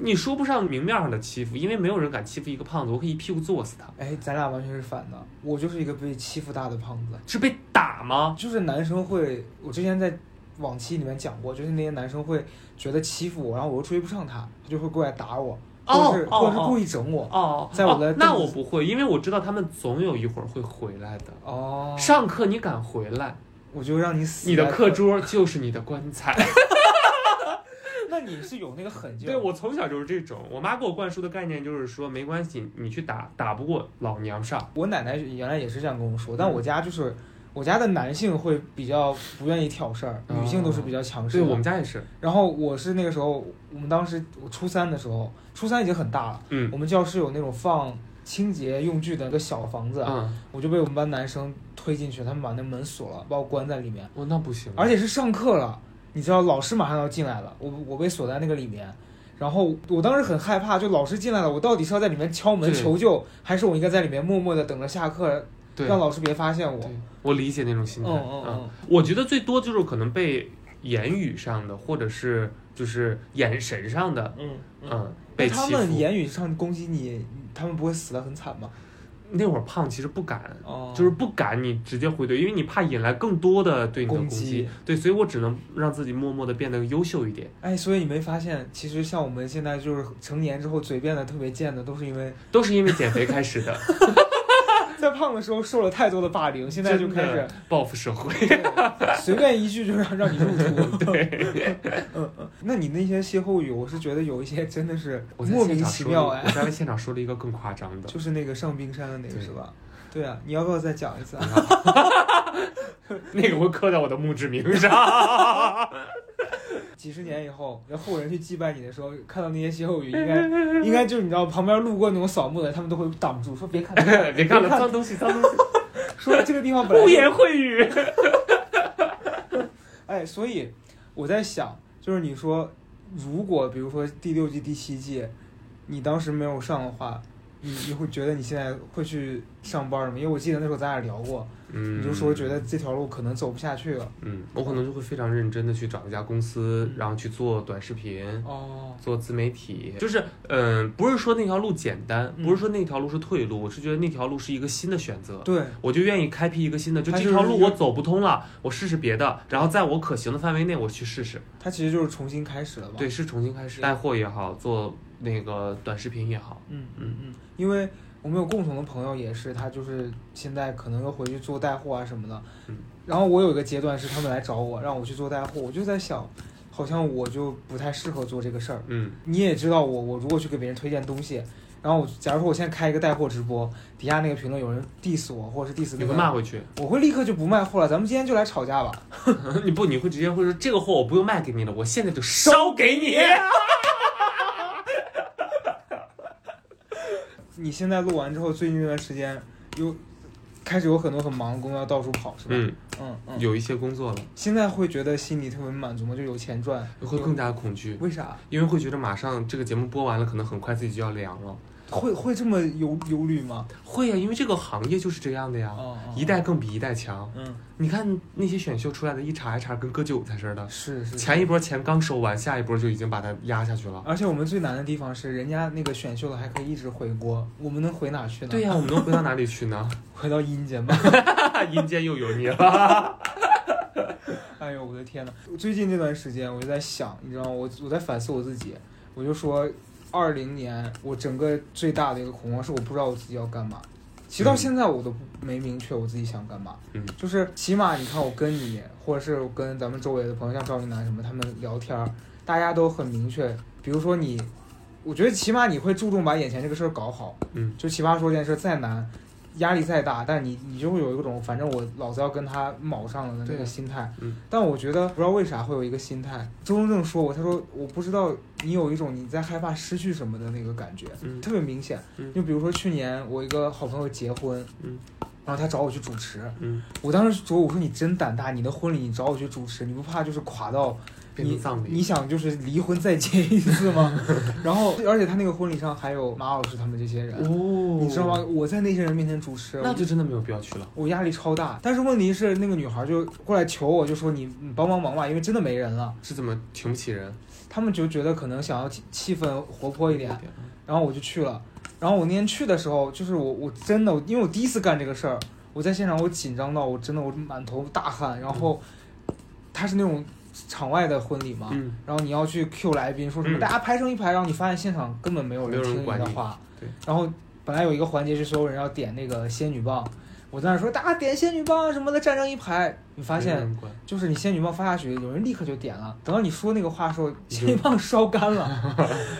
B: 你说不上明面上的欺负，因为没有人敢欺负一个胖子，我可以一屁股坐死他。
C: 哎，咱俩完全是反的，我就是一个被欺负大的胖子，
B: 是被打吗？
C: 就是男生会，我之前在往期里面讲过，就是那些男生会觉得欺负我，然后我又追不上他，他就会过来打我，
B: 哦
C: 或者是、
B: 哦
C: 或者是
B: 哦
C: 故意整我。
B: 哦，
C: 在我的
B: 哦、那我不会，因为我知道他们总有一会儿会回来的。
C: 哦，
B: 上课你敢回来，
C: 我就让你死。
B: 你的课，桌就是你的棺材。
C: 那你是有那个狠劲儿。
B: 对我从小就是这种，我妈给我灌输的概念就是说，没关系，你去打，打不过老娘上。
C: 我奶奶原来也是这样跟我
B: 嗯
C: 说，但我家就是我家的男性会比较不愿意挑事儿，
B: 哦
C: 女性都是比较强势
B: 对
C: 的。
B: 我们家也是，
C: 然后我是那个时候，我们当时我初三的时候，初三已经很大了，
B: 嗯
C: 我们教室有那种放清洁用具的一个小房子，
B: 嗯，
C: 我就被我们班男生推进去，他们把那门锁了，把我关在里面，
B: 我那不行，
C: 而且是上课了，你知道老师马上要进来了，我我被锁在那个里面。然后我当时很害怕，就老师进来了，我到底是要在里面敲门
B: 对
C: 求救，还是我应该在里面默默的等着下课，
B: 对
C: 让老师别发现我
B: 对。啊我理解那种心
C: 嗯
B: 态。
C: 嗯嗯，
B: 我觉得最多就是可能被言语上的，或者是就是眼神上的，
C: 嗯
B: 嗯，被
C: 但
B: 欺
C: 他
B: 负。
C: 们言语上攻击你，他们不会死得很惨吗？
B: 那会儿胖其实不敢，
C: 哦，
B: 就是不敢你直接回怼，因为你怕引来更多的对你的
C: 攻
B: 攻
C: 击
B: 击。对，所以我只能让自己默默的变得优秀一点。
C: 哎，所以你没发现，其实像我们现在就是成年之后嘴变得特别贱的，都是因为
B: 都是因为减肥开始的，
C: 在胖的时候受了太多的霸 凌，现在就
B: 真
C: 开
B: 的
C: 始
B: 报复社会。
C: 对随便一句就让让你入土。
B: 对，
C: 嗯嗯，那你那些歇后语，我是觉得有一些真的是
B: 我在
C: 莫
B: 现
C: 名
B: 场
C: 其
B: 说
C: 妙
B: 了
C: 哎
B: 我，在现场说了一个更夸张的，
C: 就是那个上冰山的那个
B: 对
C: 是吧？对啊，你要不要再讲一次啊？
B: 那个会刻在我的墓志铭 上。
C: 几十年以后，然后后人去祭拜你的时候，看到那些歇后语，应该应该就是你知道旁边路过那种扫墓的，他们都会挡住，说别看，
B: 别看了，脏东西，脏 东西，
C: 说这个地方本来
B: 污
C: 就
B: 言秽语。
C: 哎，所以我在想，就是你说，如果比如说第六季、第七季，你当时没有上的话，你你会觉得你现在会去上班吗？因为我记得那时候咱俩聊过，
B: 嗯
C: 你就说觉得这条路可能走不下去了。
B: 嗯，我可能就会非常认真的去找一家公司，然后去做短视频。
C: 哦，
B: 做自媒体，就是，嗯、不是说那条路简单，
C: 嗯
B: 不是说那条路是退路，我是觉得那条路是一个新的选择，
C: 对，
B: 我就愿意开辟一个新的，就
C: 它
B: 这
C: 就是
B: 条路
C: 一个
B: 我走不通了，我试试别的，然后在我可行的范围内我去试试，
C: 它其实就是重新开始了吧？
B: 对，，是重新开始，带货也好，做那个短视频也好，
C: 嗯嗯
B: 嗯
C: 嗯，因为我们有共同的朋友也是，他就是现在可能又回去做带货啊什么的。
B: 嗯。
C: 然后我有一个阶段是他们来找我，让我去做带货，我就在想，好像我就不太适合做这个事儿。
B: 嗯，
C: 你也知道我，我如果去给别人推荐东西，然后我假如说我现在开一个带货直播，底下那个评论有人 diss 我，或者是 diss
B: 你会
C: 那个，
B: 骂回去，
C: 我会立刻就不卖货了。咱们今天就来吵架吧。
B: 你不你会直接会说这个货我不用卖给你了，我现在就烧给 你，
C: 你现在录完之后，最近这段时间有开始有很多很忙的工作要到处跑，是吧？
B: 嗯，
C: 嗯嗯。
B: 有一些工作了
C: 现在会觉得心里特别满足吗？就有钱赚，
B: 会更加恐惧，
C: 为啥
B: 因为会觉得马上这个节目播完了，可能很快自己就要凉了。
C: 会会这么忧忧虑吗？
B: 会呀、因为这个行业就是这样的呀，
C: 哦
B: 一代更比一代强。
C: 嗯
B: 你看那些选秀出来的，一茬一茬跟割韭菜似的，
C: 是是。
B: 前一波钱刚收完，下一波就已经把它压下去了。
C: 而且我们最难的地方是，人家那个选秀的还可以一直回锅，我们能回哪去呢？
B: 对呀、我们能回到哪里去 呢？
C: 回到阴间吧。
B: 阴间又有你 了。
C: 哎呦，我的天呐！最近这段时间，我就在想，你知道吗？我我在反思我自己，我就说，二零年我整个最大的一个恐慌是我不知道我自己要干嘛。其实到
B: 嗯
C: 现在我都不没明确我自己想干嘛，
B: 嗯
C: 就是起码你看我跟你，或者是我跟咱们周围的朋友，像赵一楠什么，他们聊天儿，大家都很明确。比如说你，我觉得起码你会注重把眼前这个事儿搞好，
B: 嗯，
C: 就奇葩说这件事再难，压力再大，但你你就会有一种反正我老子要跟他卯上了的那
B: 对
C: 个心态。
B: 嗯，
C: 但我觉得不知道为啥会有一个心态。周中正说我，他说我不知道你有一种你在害怕失去什么的那个感觉，
B: 嗯
C: 特别明显。
B: 嗯
C: 就比如说去年我一个好朋友结婚，
B: 嗯，
C: 然后他找我去主持，
B: 嗯，
C: 我当时说我说你真胆大，你的婚礼你找我去主持，你不怕就是垮到
B: 变
C: 你
B: 成葬
C: 你
B: 礼。
C: 想就是离婚再结一次吗？ 然后而且他那个婚礼上还有马老师他们这些人。
B: 哦
C: 你知道吗？？我在那些人面前主持，
B: 那就真的没有必要去了。
C: 我压力超大。但是问题是，那个女孩就过来求我，就说你你帮帮忙吧，因为真的没人了。
B: 是怎么请不起人？
C: 他们就觉得可能想要气气氛活泼一点，然后我就去了。然后我那天去的时候，就是我我真的，因为我第一次干这个事儿，我在现场我紧张到我真的我满头大汗，然后他是那种场外的婚礼嘛，
B: 嗯，
C: 然后你要去 Q 来宾，说什么
B: 嗯
C: 大家排成一排，然后你发现现场根本没有
B: 没有人
C: 听你
B: 管
C: 的
B: 你
C: 话。
B: 对。
C: 然后本来有一个环节是所有人要点那个仙女棒，我在那说大家点仙女棒啊什么的，站成一排。你发
B: 没
C: 现
B: 人管
C: 就是你仙女棒发下去，有人立刻就点了。等到你说那个话的时候，
B: 就
C: 仙女棒烧干了。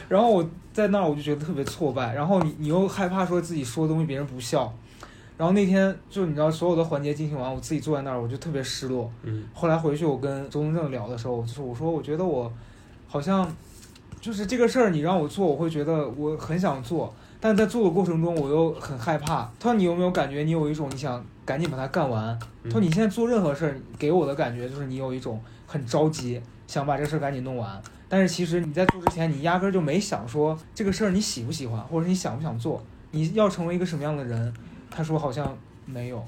C: 然后我在那儿我就觉得特别挫败，然后你你又害怕说自己说的东西别人不笑。然后那天就你知道所有的环节进行完，我自己坐在那儿我就特别失落。
B: 嗯
C: 后来回去我跟周东正聊的时候，就是我说我觉得我好像就是这个事儿，你让我做，我会觉得我很想做，但在做的过程中我又很害怕。他说你有没有感觉你有一种你想赶紧把它干完？
B: 嗯
C: 他说你现在做任何事儿，给我的感觉就是你有一种很着急，想把这事儿赶紧弄完。但是其实你在做之前，你压根儿就没想说这个事儿你喜不喜欢，或者你想不想做，你要成为一个什么样的人。他说好像没有，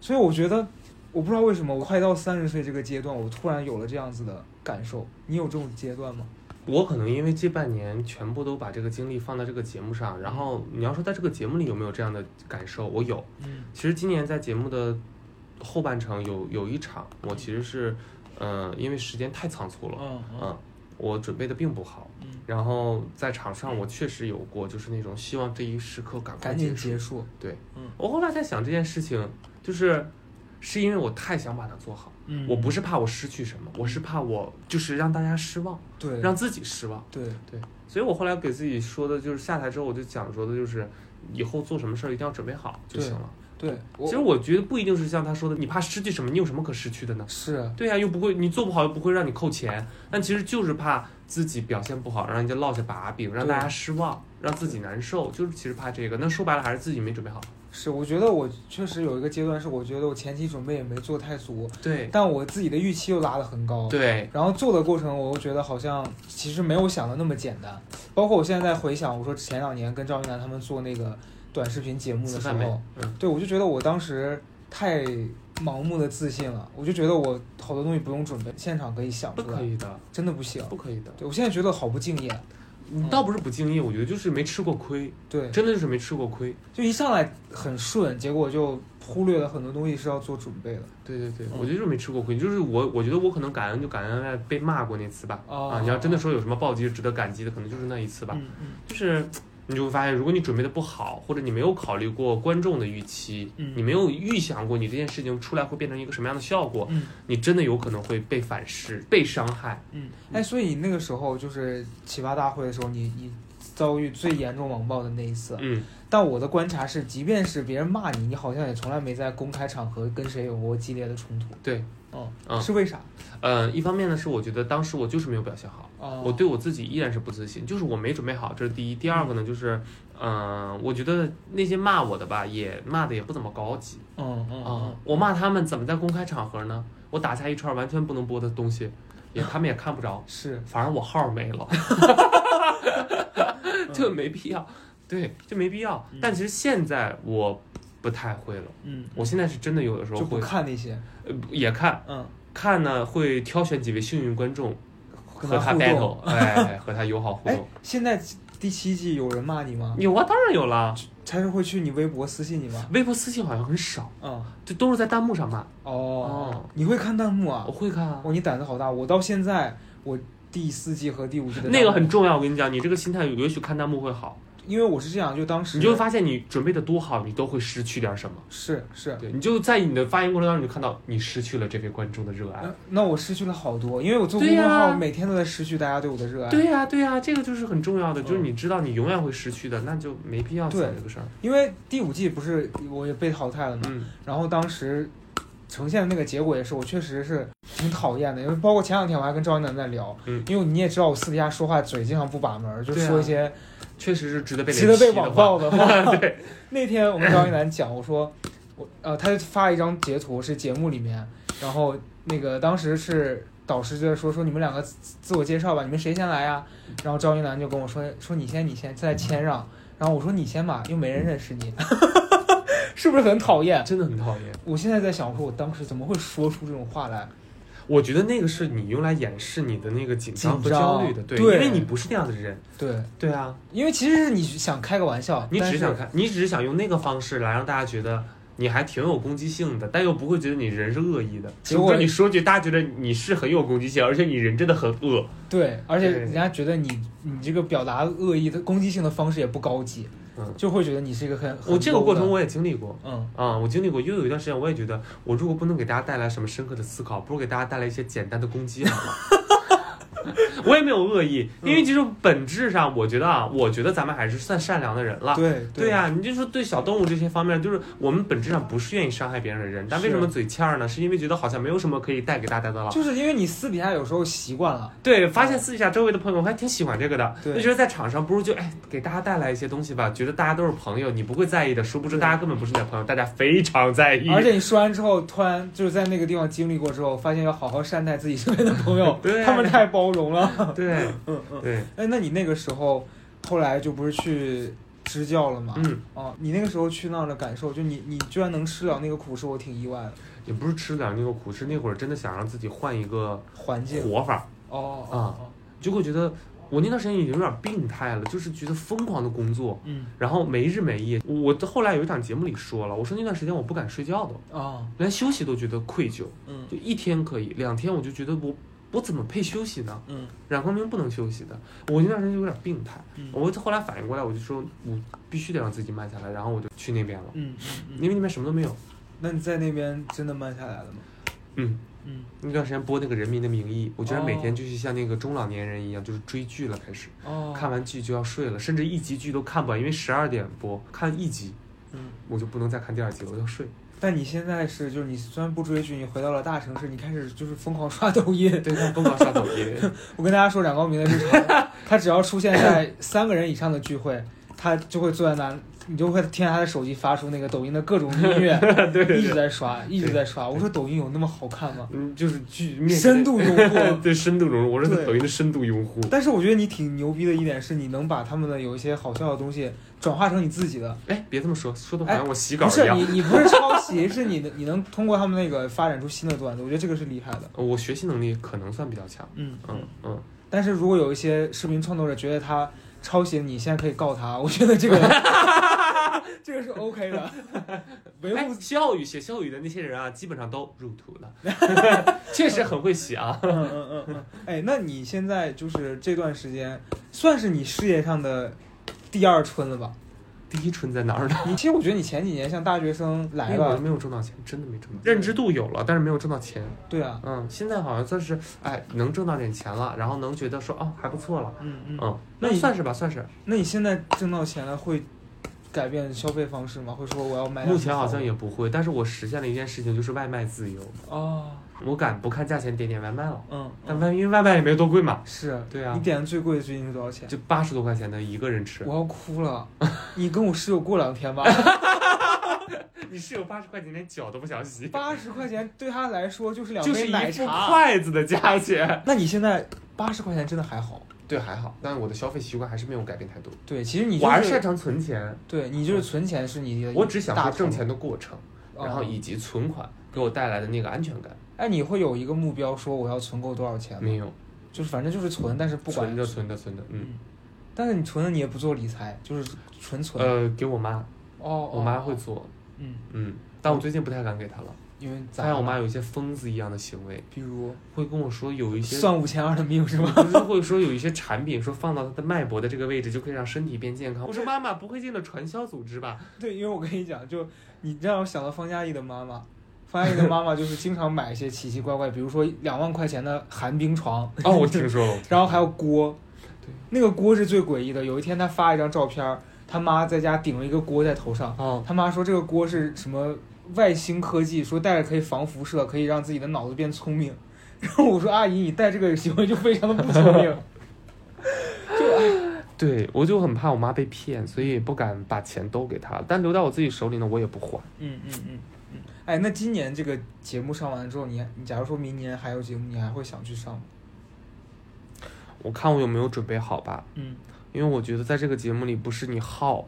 C: 所以我觉得我不知道为什么，我快到三十岁这个阶段，我突然有了这样子的感受。你有这种阶段吗？
B: 我可能因为这半年全部都把这个精力放到这个节目上，然后你要说在这个节目里有没有这样的感受，我有。
C: 嗯
B: 其实今年在节目的后半程有有一场，我其实是，嗯、因为时间太仓促了，
C: 嗯
B: 嗯、我准备的并不好，
C: 嗯，
B: 然后在场上我确实有过就是那种希望这一时刻赶快
C: 赶紧
B: 结束。
C: 结束。
B: 对，
C: 嗯
B: 我后来在想这件事情，就是是因为我太想把它做好，
C: 嗯
B: 我不是怕我失去什么，我是怕我就是让大家失望，
C: 对
B: 让自己失望。
C: 对
B: 对，所以我后来给自己说的就是下台之后我就讲说的就是，以后做什么事儿一定要准备好就行了。
C: 对，
B: 其实我觉得不一定是像他说的，你怕失去什么，你有什么可失去的呢？
C: 是
B: 对呀、又不会你做不好又不会让你扣钱，但其实就是怕自己表现不好，让人家落下把柄，让大家失望，让自己难受，就是其实怕这个。那说白了还是自己没准备好。
C: 是，我觉得我确实有一个阶段是，我觉得我前期准备也没做太足，
B: 对
C: 但我自己的预期又拉得很高。
B: 对，
C: 然后做的过程，我又觉得好像其实没有想的那么简单。包括我现在在回想，我说前两年跟赵一楠他们做那个短视频节目
B: 吃
C: 的时
B: 饭没
C: 候，？
B: 嗯，
C: 对我就觉得我当时太盲目的自信了，我就觉得我好多东西不用准备，现场可以想
B: 不
C: 出
B: 可
C: 来，
B: 以的，
C: 真的不行。
B: 不可以的。
C: 对我现在觉得好不敬业，
B: 你倒不是不敬业，我觉得就是没吃过亏，
C: 嗯对，
B: 真的就是没吃过亏。
C: 就一上来很顺，结果就忽略了很多东西是要做准备的。
B: 对对对，
C: 嗯
B: 我觉得就是没吃过亏，就是我我觉得我可能感恩就感恩在被骂过那次吧。
C: 哦
B: 啊，你要真的说有什么暴击是值得感激的，可能就是那一次吧。
C: 嗯嗯
B: 就是你就会发现，如果你准备的不好，或者你没有考虑过观众的预期，
C: 嗯
B: 你没有预想过你这件事情出来会变成一个什么样的效果，
C: 嗯
B: 你真的有可能会被反噬、被伤害。
C: 嗯。哎，所以你那个时候就是奇葩大会的时候，你你遭遇最严重网暴的那一次。
B: 嗯，
C: 但我的观察是，即便是别人骂你，你好像也从来没在公开场合跟谁有过激烈的冲突。
B: 对，
C: 嗯，
B: 嗯
C: 是为啥？
B: 呃，一方面呢是我觉得当时我就是没有表现好，
C: 哦，
B: 我对我自己依然是不自信，就是我没准备好，这是第一。第二个呢就是，嗯、我觉得那些骂我的吧，也骂的也不怎么高级。
C: 嗯嗯
B: 啊
C: 嗯，，
B: 我骂他们怎么在公开场合呢？我打下一串完全不能播的东西，也他们也看不着，
C: 是
B: 反而我号没 了，就没必要，对，就没必要。但其实现在我不太会了，
C: 嗯，
B: 我现在是真的有的时候
C: 就不
B: 会，
C: 看那些，
B: 呃，也看
C: 嗯，
B: 看呢，会挑选几位幸运观众
C: 跟
B: 和他
C: 互动。
B: battle，哎，和他友好互
C: 哎
B: 动。，
C: 现在第七季有人骂你吗？
B: 有啊，当然有了。
C: 才是会去你微博私信你吗？
B: 微博私信好像很少，
C: 嗯，
B: 就都是在弹幕上骂。
C: 哦
B: 哦，
C: 你会看弹幕啊
B: 我？会看啊，
C: 哇，你胆子好大！我到现在我第四季和第五季的
B: 那个
C: 弹幕
B: 很，重要。我跟你讲，你这个心态，也许看弹幕会好。
C: 因为我是这样，就当时
B: 你就会发现你准备的多好，你都会失去点什么。
C: 是是。
B: 对，你就在你的发言过程当中，你就看到你失去了这位观众的热爱。
C: 那那我失去了好多，因为我做公
B: 对
C: 众
B: 呀
C: 号，每天都在失去大家对我的热爱。
B: 对呀、对呀、这个就是很重要的，
C: 嗯
B: 就是你知道你永远会失去的，那就没必要想
C: 对
B: 这个事儿。
C: 因为第五季不是我也被淘汰了嘛，
B: 嗯，
C: 然后当时呈现的那个结果也是，我确实是挺讨厌的，因为包括前两天我还跟赵一楠在聊，
B: 嗯
C: 因为你也知道我私底下说话嘴经常不把门儿，就
B: 对啊
C: 说一些
B: 确实是值得被
C: 值得被
B: 怜惜的
C: 网
B: 话。
C: 暴的 话。对， 那天我跟赵一楠讲，我说我呃，他就发一张截图是节目里面，然后那个当时是。导师就在说说你们两个自自我介绍吧，你们谁先来呀？然后赵一楠就跟我说说你先你先再谦让，然后我说你先吧，又没人认识你， 是不是很讨厌？
B: 真的很讨厌，
C: 我现在在想，我说我当时怎么会说出这种话来？
B: 我觉得那个是你用来掩饰你的那个紧张和
C: 紧张
B: 焦虑的，对，
C: 对
B: 因为你不是那样的人，
C: 对，
B: 对啊，
C: 因为其实是你想开个玩笑，
B: 你只
C: 但
B: 是
C: 是
B: 想看，你只是想用那个方式来让大家觉得你还挺有攻击性的，但又不会觉得你人是恶意的。
C: 结果
B: 就你说句，大家觉得你是很有攻击性，而且你人真的很恶。
C: 对，而且
B: 对
C: 人家觉得你你这个表达恶意的攻击性的方式也不高级，
B: 嗯
C: 就会觉得你是一个很很
B: 我这个过
C: low
B: 程
C: 的
B: 我也经历过。
C: 嗯
B: 啊、我经历过，因为有一段时间我也觉得，我如果不能给大家带来什么深刻的思考，不如给大家带来一些简单的攻击好吗？ 我也没有恶意，因
C: 嗯
B: 为其实本质上，我觉得啊，我觉得咱们还是算善良的人了。
C: 对
B: 啊对呀、你就说对小动物这些方面，就是我们本质上不是愿意伤害别人的人，但为什么嘴欠儿呢？是因为觉得好像没有什么可以带给大家的了。
C: 就是因为你私底下有时候习惯了，
B: 对，发现私底下周围的朋友还挺喜欢这个的，
C: 对
B: 就觉得在场上不如就哎给大家带来一些东西吧，觉得大家都是朋友，你不会在意的。殊不知大家根本不是你的朋友，大家非常在意。，
C: 而且你说完之后，突然就是在那个地方经历过之后，发现要好好善待自己身边的朋友
B: 对啊
C: 他们太包容了。
B: 对
C: 嗯嗯。
B: 对，
C: 哎，那你那个时候后来就不是去支教了吗？
B: 嗯，
C: 哦，你那个时候去那儿的感受，就你你居然能吃了那个苦，是我挺意外的。
B: 也不是吃点那个苦，是那会儿真的想让自己换一个
C: 环境
B: 活法儿，
C: 哦
B: 啊
C: 哦，
B: 就会觉得我那段时间已经有点病态了，就是觉得疯狂的工作，
C: 嗯
B: 然后没日没夜。我我后来有一档节目里说了，我说那段时间我不敢睡觉的，
C: 哦
B: 连休息都觉得愧疚。
C: 嗯
B: 就一天可以，两天我就觉得我我怎么配休息呢？
C: 嗯
B: 冉光明不能休息的，我那段时间就有点病态。
C: 嗯
B: 我后来反应过来，我就说我必须得让自己慢下来，然后我就去那边了，
C: 嗯
B: 因为那边什么都没有。
C: 那你在那边真的慢下来了吗？
B: 嗯，
C: 嗯，
B: 那段时间播那个《人民的名义》，我居然每
C: 哦
B: 天就是像那个中老年人一样，就是追剧了，开始
C: 哦，
B: 看完剧就要睡了，甚至一集剧都看不完，因为十二点播，看一集
C: 嗯。
B: 我就不能再看第二集了，我要睡。
C: 但你现在是，就是你虽然不追剧，你回到了大城市，你开始就是疯狂刷抖音。
B: 对，疯狂刷抖音。
C: 我跟大家说，冉高明的日常，他只要出现在三个人以上的聚会，他就会坐在那，你就会听见他的手机发出那个抖音的各种音乐，一直在刷，一直在刷。我说抖音有那么好看吗？
B: 嗯，就是剧面。
C: 深度用户
B: 对深度融入，我是
C: 对
B: 抖音的深度用户。
C: 但是我觉得你挺牛逼的一点是，你能把他们的有一些好笑的东西转化成你自己的，
B: 哎，别这么说，说的好像我洗稿
C: 不
B: 一
C: 是
B: 样。
C: 你，你不是抄袭，是你的，你能通过他们那个发展出新的段子，我觉得这个是厉害的。
B: 呃我学习能力可能算比较强。
C: 嗯
B: 嗯嗯，
C: 但是如果有一些视频创作者觉得他抄袭，你现在可以告他，我觉 得这个这个是 OK 的，维
B: 哎
C: 护，
B: 笑语写笑语的那些人啊，基本上都入土了， 确实很会写啊。
C: 嗯嗯嗯嗯。哎，那你现在就是这段时间，算是你事业上的第二春了吧？
B: 第一春在哪儿呢？
C: 你其实我觉得你前几年像大学生来
B: 因为我
C: 了，
B: 没有挣到钱，真的没挣到钱。认知度有了，但是没有挣到钱。
C: 对啊，
B: 嗯，现在好像算是哎能挣到点钱了，然后能觉得说哦还不错了。
C: 嗯嗯。
B: 嗯，
C: 那
B: 那
C: 你
B: 算是吧，算是。
C: 那你现在挣到钱了会改变消费方式吗？会说我要买？
B: 目前好像也不会，但是我实现了一件事情，就是外卖自由。
C: 哦，
B: 我敢不看价钱点点外卖了，
C: 嗯，
B: 但外因为外卖也没有多贵嘛，
C: 是
B: 对啊
C: 你点的最贵的最近是多少钱？
B: 就八十多块钱的一个人吃。
C: 我要 哭了，你跟我室友过两天吧。
B: 你室友八十块钱连脚都不想洗，
C: 八十块钱对他来说就是 两
B: 就是
C: 杯
B: 一
C: 奶
B: 副
C: 茶。
B: 筷子的价钱。
C: 那你现在八十块钱真的还好？
B: 对，还好，但我的消费习惯还是没有改变太多。
C: 对，其实你、就是、
B: 我还是擅长存钱，
C: 对你就是存钱是你的一大头，
B: 我只享受挣钱的过程，
C: 哦
B: 然后以及存款给我带来的那个安全感。
C: 哎，你会有一个目标说我要存够多少钱吗？
B: 没有，
C: 就是反正就是存，但是不管
B: 存着存着存着，嗯，
C: 但是你存了你也不做理财，就是纯存。
B: 呃，给我妈，
C: 哦，
B: 我妈会
C: 哦，
B: 做，
C: 嗯，
B: 嗯，但我最近不太敢给她了，
C: 因为
B: 发
C: 咱
B: 现我妈有一些疯子一样的行为，
C: 比如
B: 会跟我说有一些
C: 算五千二的命是吗？
B: 不是会说有一些产品说放到它的脉搏的这个位置就可以让身体变健康。我 说妈妈不会进了传销组织吧？
C: 对，因为我跟你讲，就你让我想到方嘉译的妈妈，方嘉译的妈妈就是经常买一些奇奇怪怪，比如说两万块钱的寒冰 床，
B: 哦，我听说了。
C: 然后还有锅，
B: 对，
C: 那个锅是最诡异的。有一天他发一张照片儿，他妈在家顶了一个锅在头上，
B: 哦，
C: 他妈说这个锅是什么外星科技，说戴着可以防辐射，可以让自己的脑子变聪明。 然后我说阿姨，你戴这个行为就非常的不聪明。
B: 对，我就很怕我妈被骗，所以也不敢把钱都给她，但留到我自己手里呢，我也不还。
C: 嗯嗯嗯嗯。哎，那今年这个节目上完之后，你你假如说明年还有节目，你还会想去上吗？
B: 我看我有没有准备好吧，
C: 嗯，
B: 因为我觉得在这个节目里，不是你耗，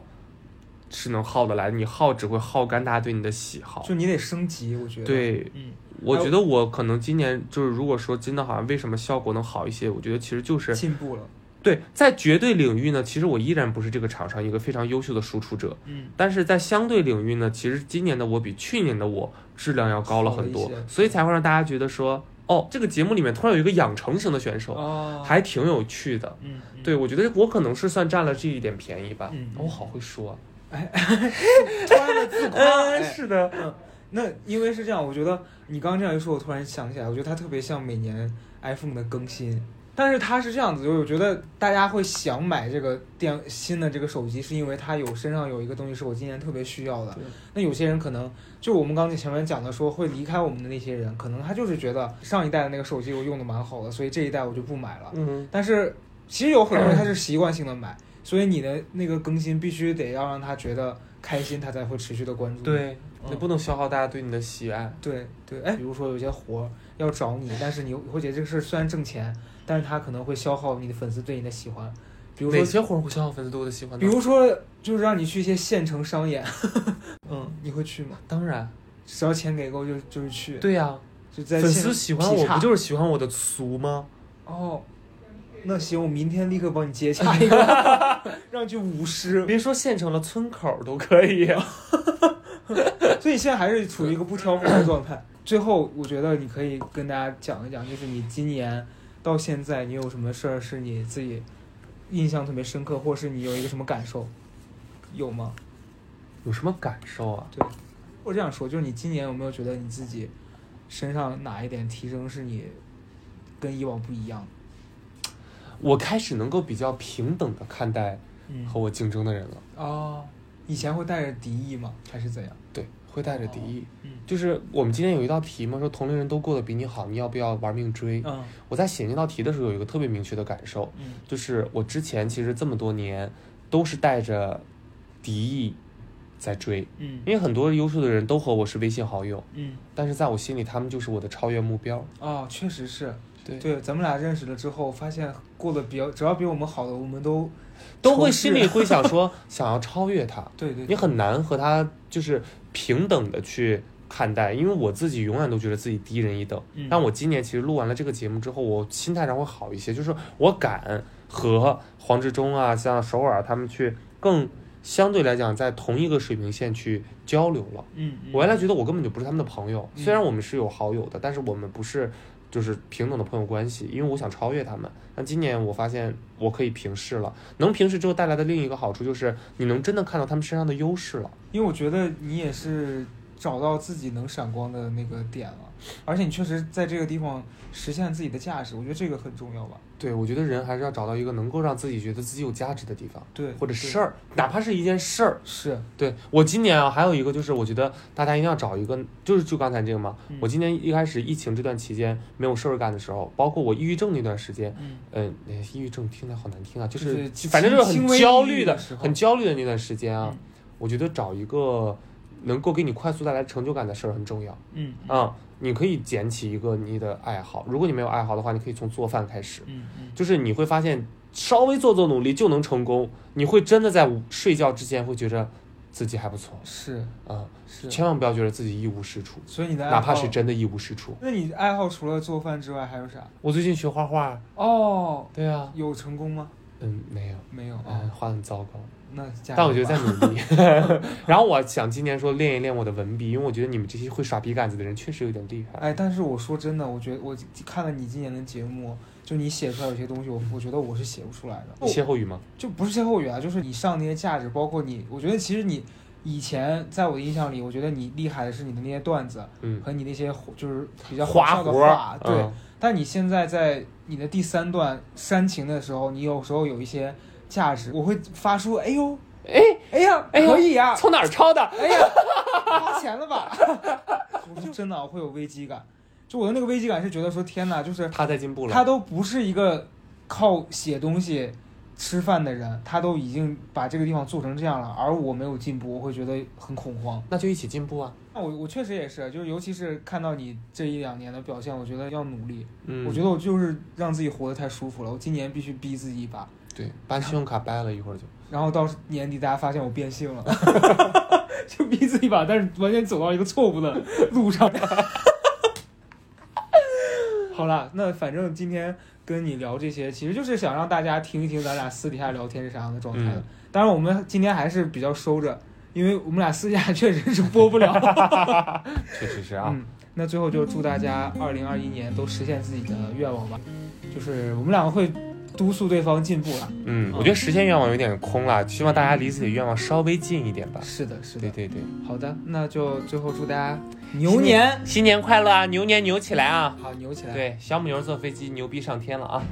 B: 是能耗得来，你耗只会耗干大家对你的喜好。
C: 就你得升级，我觉得。，
B: 对，
C: 嗯，
B: 我觉得我可能今年就是，如果说真的好像为什么效果能好一些，我觉得其实就是
C: 进步了。
B: 对，在绝对领域呢，其实我依然不是这个场上一个非常优秀的输出者，
C: 嗯，
B: 但是在相对领域呢，其实今年的我比去年的我质量要高了很
C: 好
B: 多
C: 了一些，
B: 所以才会让大家觉得说，哦，这个节目里面突然有一个养成型的选手，
C: 哦，
B: 还挺有趣的。
C: 嗯，嗯
B: 对，，我觉得我可能是算占了这一点便宜吧。
C: 嗯
B: 我好会说啊。
C: 突然的 自夸，哎
B: 是的。
C: 那因为是这样，我觉得你刚刚这样一说，我突然想起来，我觉得它特别像每年 iPhone 的更新，但是它是这样子，就是我觉得大家会想买这个电新的这个手机，是因为它有身上有一个东西是我今年特别需要的
B: 对。
C: 那有些人可能就我们刚才前面讲的说会离开我们的那些人，可能他就是觉得上一代的那个手机我用的蛮好的，所以这一代我就不买了。
B: 嗯，
C: 但是其实有很多人他是习惯性的买，所以你的那个更新必须得要让他觉得开心，他才会持续的关注你。
B: 对，
C: 嗯
B: 你不能消耗大家对你的喜爱。
C: 对对，哎，比如说有些活儿要找你，但是你会觉得这个事儿虽然挣钱，但是它可能会消耗你的粉丝对你的喜欢。比如
B: 哪
C: 说，
B: 些活儿会消耗粉丝对我的喜欢呢？
C: 比如说就是让你去一些县城商 演，嗯，你会去吗？
B: 当然，
C: 只要钱给够就就是去，
B: 对呀、
C: 就在
B: 粉
C: 现
B: 丝喜欢
C: 劈
B: 我
C: 叉
B: 不就是喜欢我的俗吗？
C: 哦。那行，我明天立刻帮你接
B: 哎
C: 洽一个， 让你去舞狮。
B: 别说县城了，村口儿都可以。
C: 所以现在还是处于一个不挑活的状态。最后，我觉得你可以跟大家讲一讲，就是你今年到现在，你有什么事儿是你自己印象特别深刻，或是你有一个什么感受，有吗？
B: 有什么感受啊？
C: 对，或者这样说，就是你今年有没有觉得你自己身上哪一点提升是你跟以往不一样的？
B: 我开始能够比较平等的看待
C: 嗯
B: 和我竞争的人了，
C: 哦，以前会带着敌意吗？还是怎样？
B: 对，会带着敌意。
C: 嗯
B: 就是我们今天有一道题嘛，说同龄人都过得比你好，你要不要玩命追？
C: 嗯
B: 我在写那道题的时候有一个特别明确的感受，
C: 嗯
B: 就是我之前其实这么多年都是带着敌意在追，
C: 嗯
B: 因为很多优秀的人都和我是微信好友，
C: 嗯，
B: 但是在我心里他们就是我的超越目标。
C: 哦，确实是。
B: 对
C: 对，咱们俩认识了之后，发现过得比较，只要比我们好的，我们都
B: 都会心里
C: 仇视
B: 会 想说想要超越他，
C: 对对，
B: 你很难和他就是平等的去看待，因为我自己永远都觉得自己低人一等。
C: 嗯
B: 但我今年其实录完了这个节目之后，我心态上会好一些，就是我敢和黄志忠啊、像首尔他们去更相对来讲在同一个水平线去交流了。
C: 嗯，嗯
B: 我原来觉得我根本就不是他们的朋友，
C: 嗯
B: 虽然我们是有好友的，但是我们不是就是平等的朋友关系，因为我想超越他们。但今年我发现我可以平视了，能平视之后带来的另一个好处就是你能真的看到他们身上的优势了。
C: 因为我觉得你也是找到自己能闪光的那个点了，而且你确实在这个地方实现自己的价值，我觉得这个很重要吧。
B: 对，我觉得人还是要找到一个能够让自己觉得自己有价值的地方，
C: 对，
B: 或者
C: 对
B: 事儿，哪怕是一件事儿。
C: 是，
B: 对我今年啊，还有一个就是，我觉得大家一定要找一个，就是就刚才这个嘛。
C: 嗯
B: 我今年一开始疫情这段期间没有事儿干的时候，包括我抑郁症那段时间，
C: 嗯
B: 嗯，那抑郁症听着好难听啊，就
C: 就是是
B: 反正就是
C: 轻
B: 很
C: 微抑
B: 焦
C: 郁
B: 虑
C: 的
B: 的
C: 时、候
B: 很焦虑的那段时间啊
C: 嗯，
B: 我觉得找一个能够给你快速带来成就感的事儿很重要
C: 嗯
B: 啊。你可以捡起一个你的爱好，如果你没有爱好的话，你可以从做饭开始，
C: 嗯嗯，
B: 就是你会发现稍微做做努力就能成功，你会真的在午睡觉之前会觉着自己还不错
C: 是
B: 啊，
C: 是，
B: 千万不要觉得自己一无是处，
C: 所以你的爱
B: 哪怕
C: 好
B: 是，真的一无是处。
C: 那你爱好除了做饭之外还有啥？
B: 哦我最近学画画，
C: 哦，
B: 对啊，
C: 有成功吗？
B: 嗯，没有，
C: 没有
B: 嗯，
C: 啊，
B: 画得很糟糕。
C: 那加油
B: 但我觉得
C: 吧
B: 在努力。 然后我想今年说练一练我的文笔，因为我觉得你们这些会耍笔杆子的人确实有点厉害。
C: 哎，但是我说真的，我觉得我看了你今年的节目，就你写出来有些东西我，
B: 嗯
C: 我觉得我是写不出来的。
B: 你歇后语吗？
C: 就不是歇后语啊，就是你上那些价值，包括你，我觉得其实你以前在我的印象里，我觉得你厉害的是你的那些段子
B: 嗯，
C: 和你那些火就是比较好
B: 花
C: 笑的
B: 活
C: 话
B: 儿，，
C: 对。
B: 嗯
C: 但你现在在你的第三段煽情的时候，你有时候有一些价值，我会发出哎呦，
B: 哎，
C: 哎呀，
B: 哎呀
C: 可以呀、
B: 从哪儿抄的？
C: 哎呀，花钱了吧？ 我就真的啊会有危机感，就我的那个危机感是觉得说天哪，就是
B: 他在进步了。
C: 他都不是一个靠写东西吃饭的人，他都已经把这个地方做成这样了，而我没有进步，我会觉得很恐慌。
B: 那就一起进步啊。
C: 那我我确实也是，就是尤其是看到你这一两年的表现，我觉得要努力。
B: 嗯，
C: 我觉得我就是让自己活得太舒服了，我今年必须逼自己一把，
B: 对，把信用卡掰了一会儿就。
C: 然后到年底大家发现我变性了， 就逼自己一把，但是完全走到一个错误的路上。 好啦，那反正今天跟你聊这些，其实就是想让大家听一听咱俩私底下聊天是啥样的状态的。
B: 嗯
C: 当然，我们今天还是比较收着，因为我们俩私底下确 实是播不了。
B: 确实是啊，
C: 嗯，那最后就祝大家二零二一年都实现自己的愿望吧。就是我们两个会督促对方进步啊啦。
B: 嗯，我觉得实现愿望有点空了，希望大家离自己的愿望稍微近一点吧。
C: 是的，是
B: 对
C: 的。
B: 对对，
C: 好的，那就最后祝大家牛年
B: 新年快乐啊，牛年牛起来啊！
C: 好牛起来。，
B: 对，小母牛坐飞机牛逼上天了啊！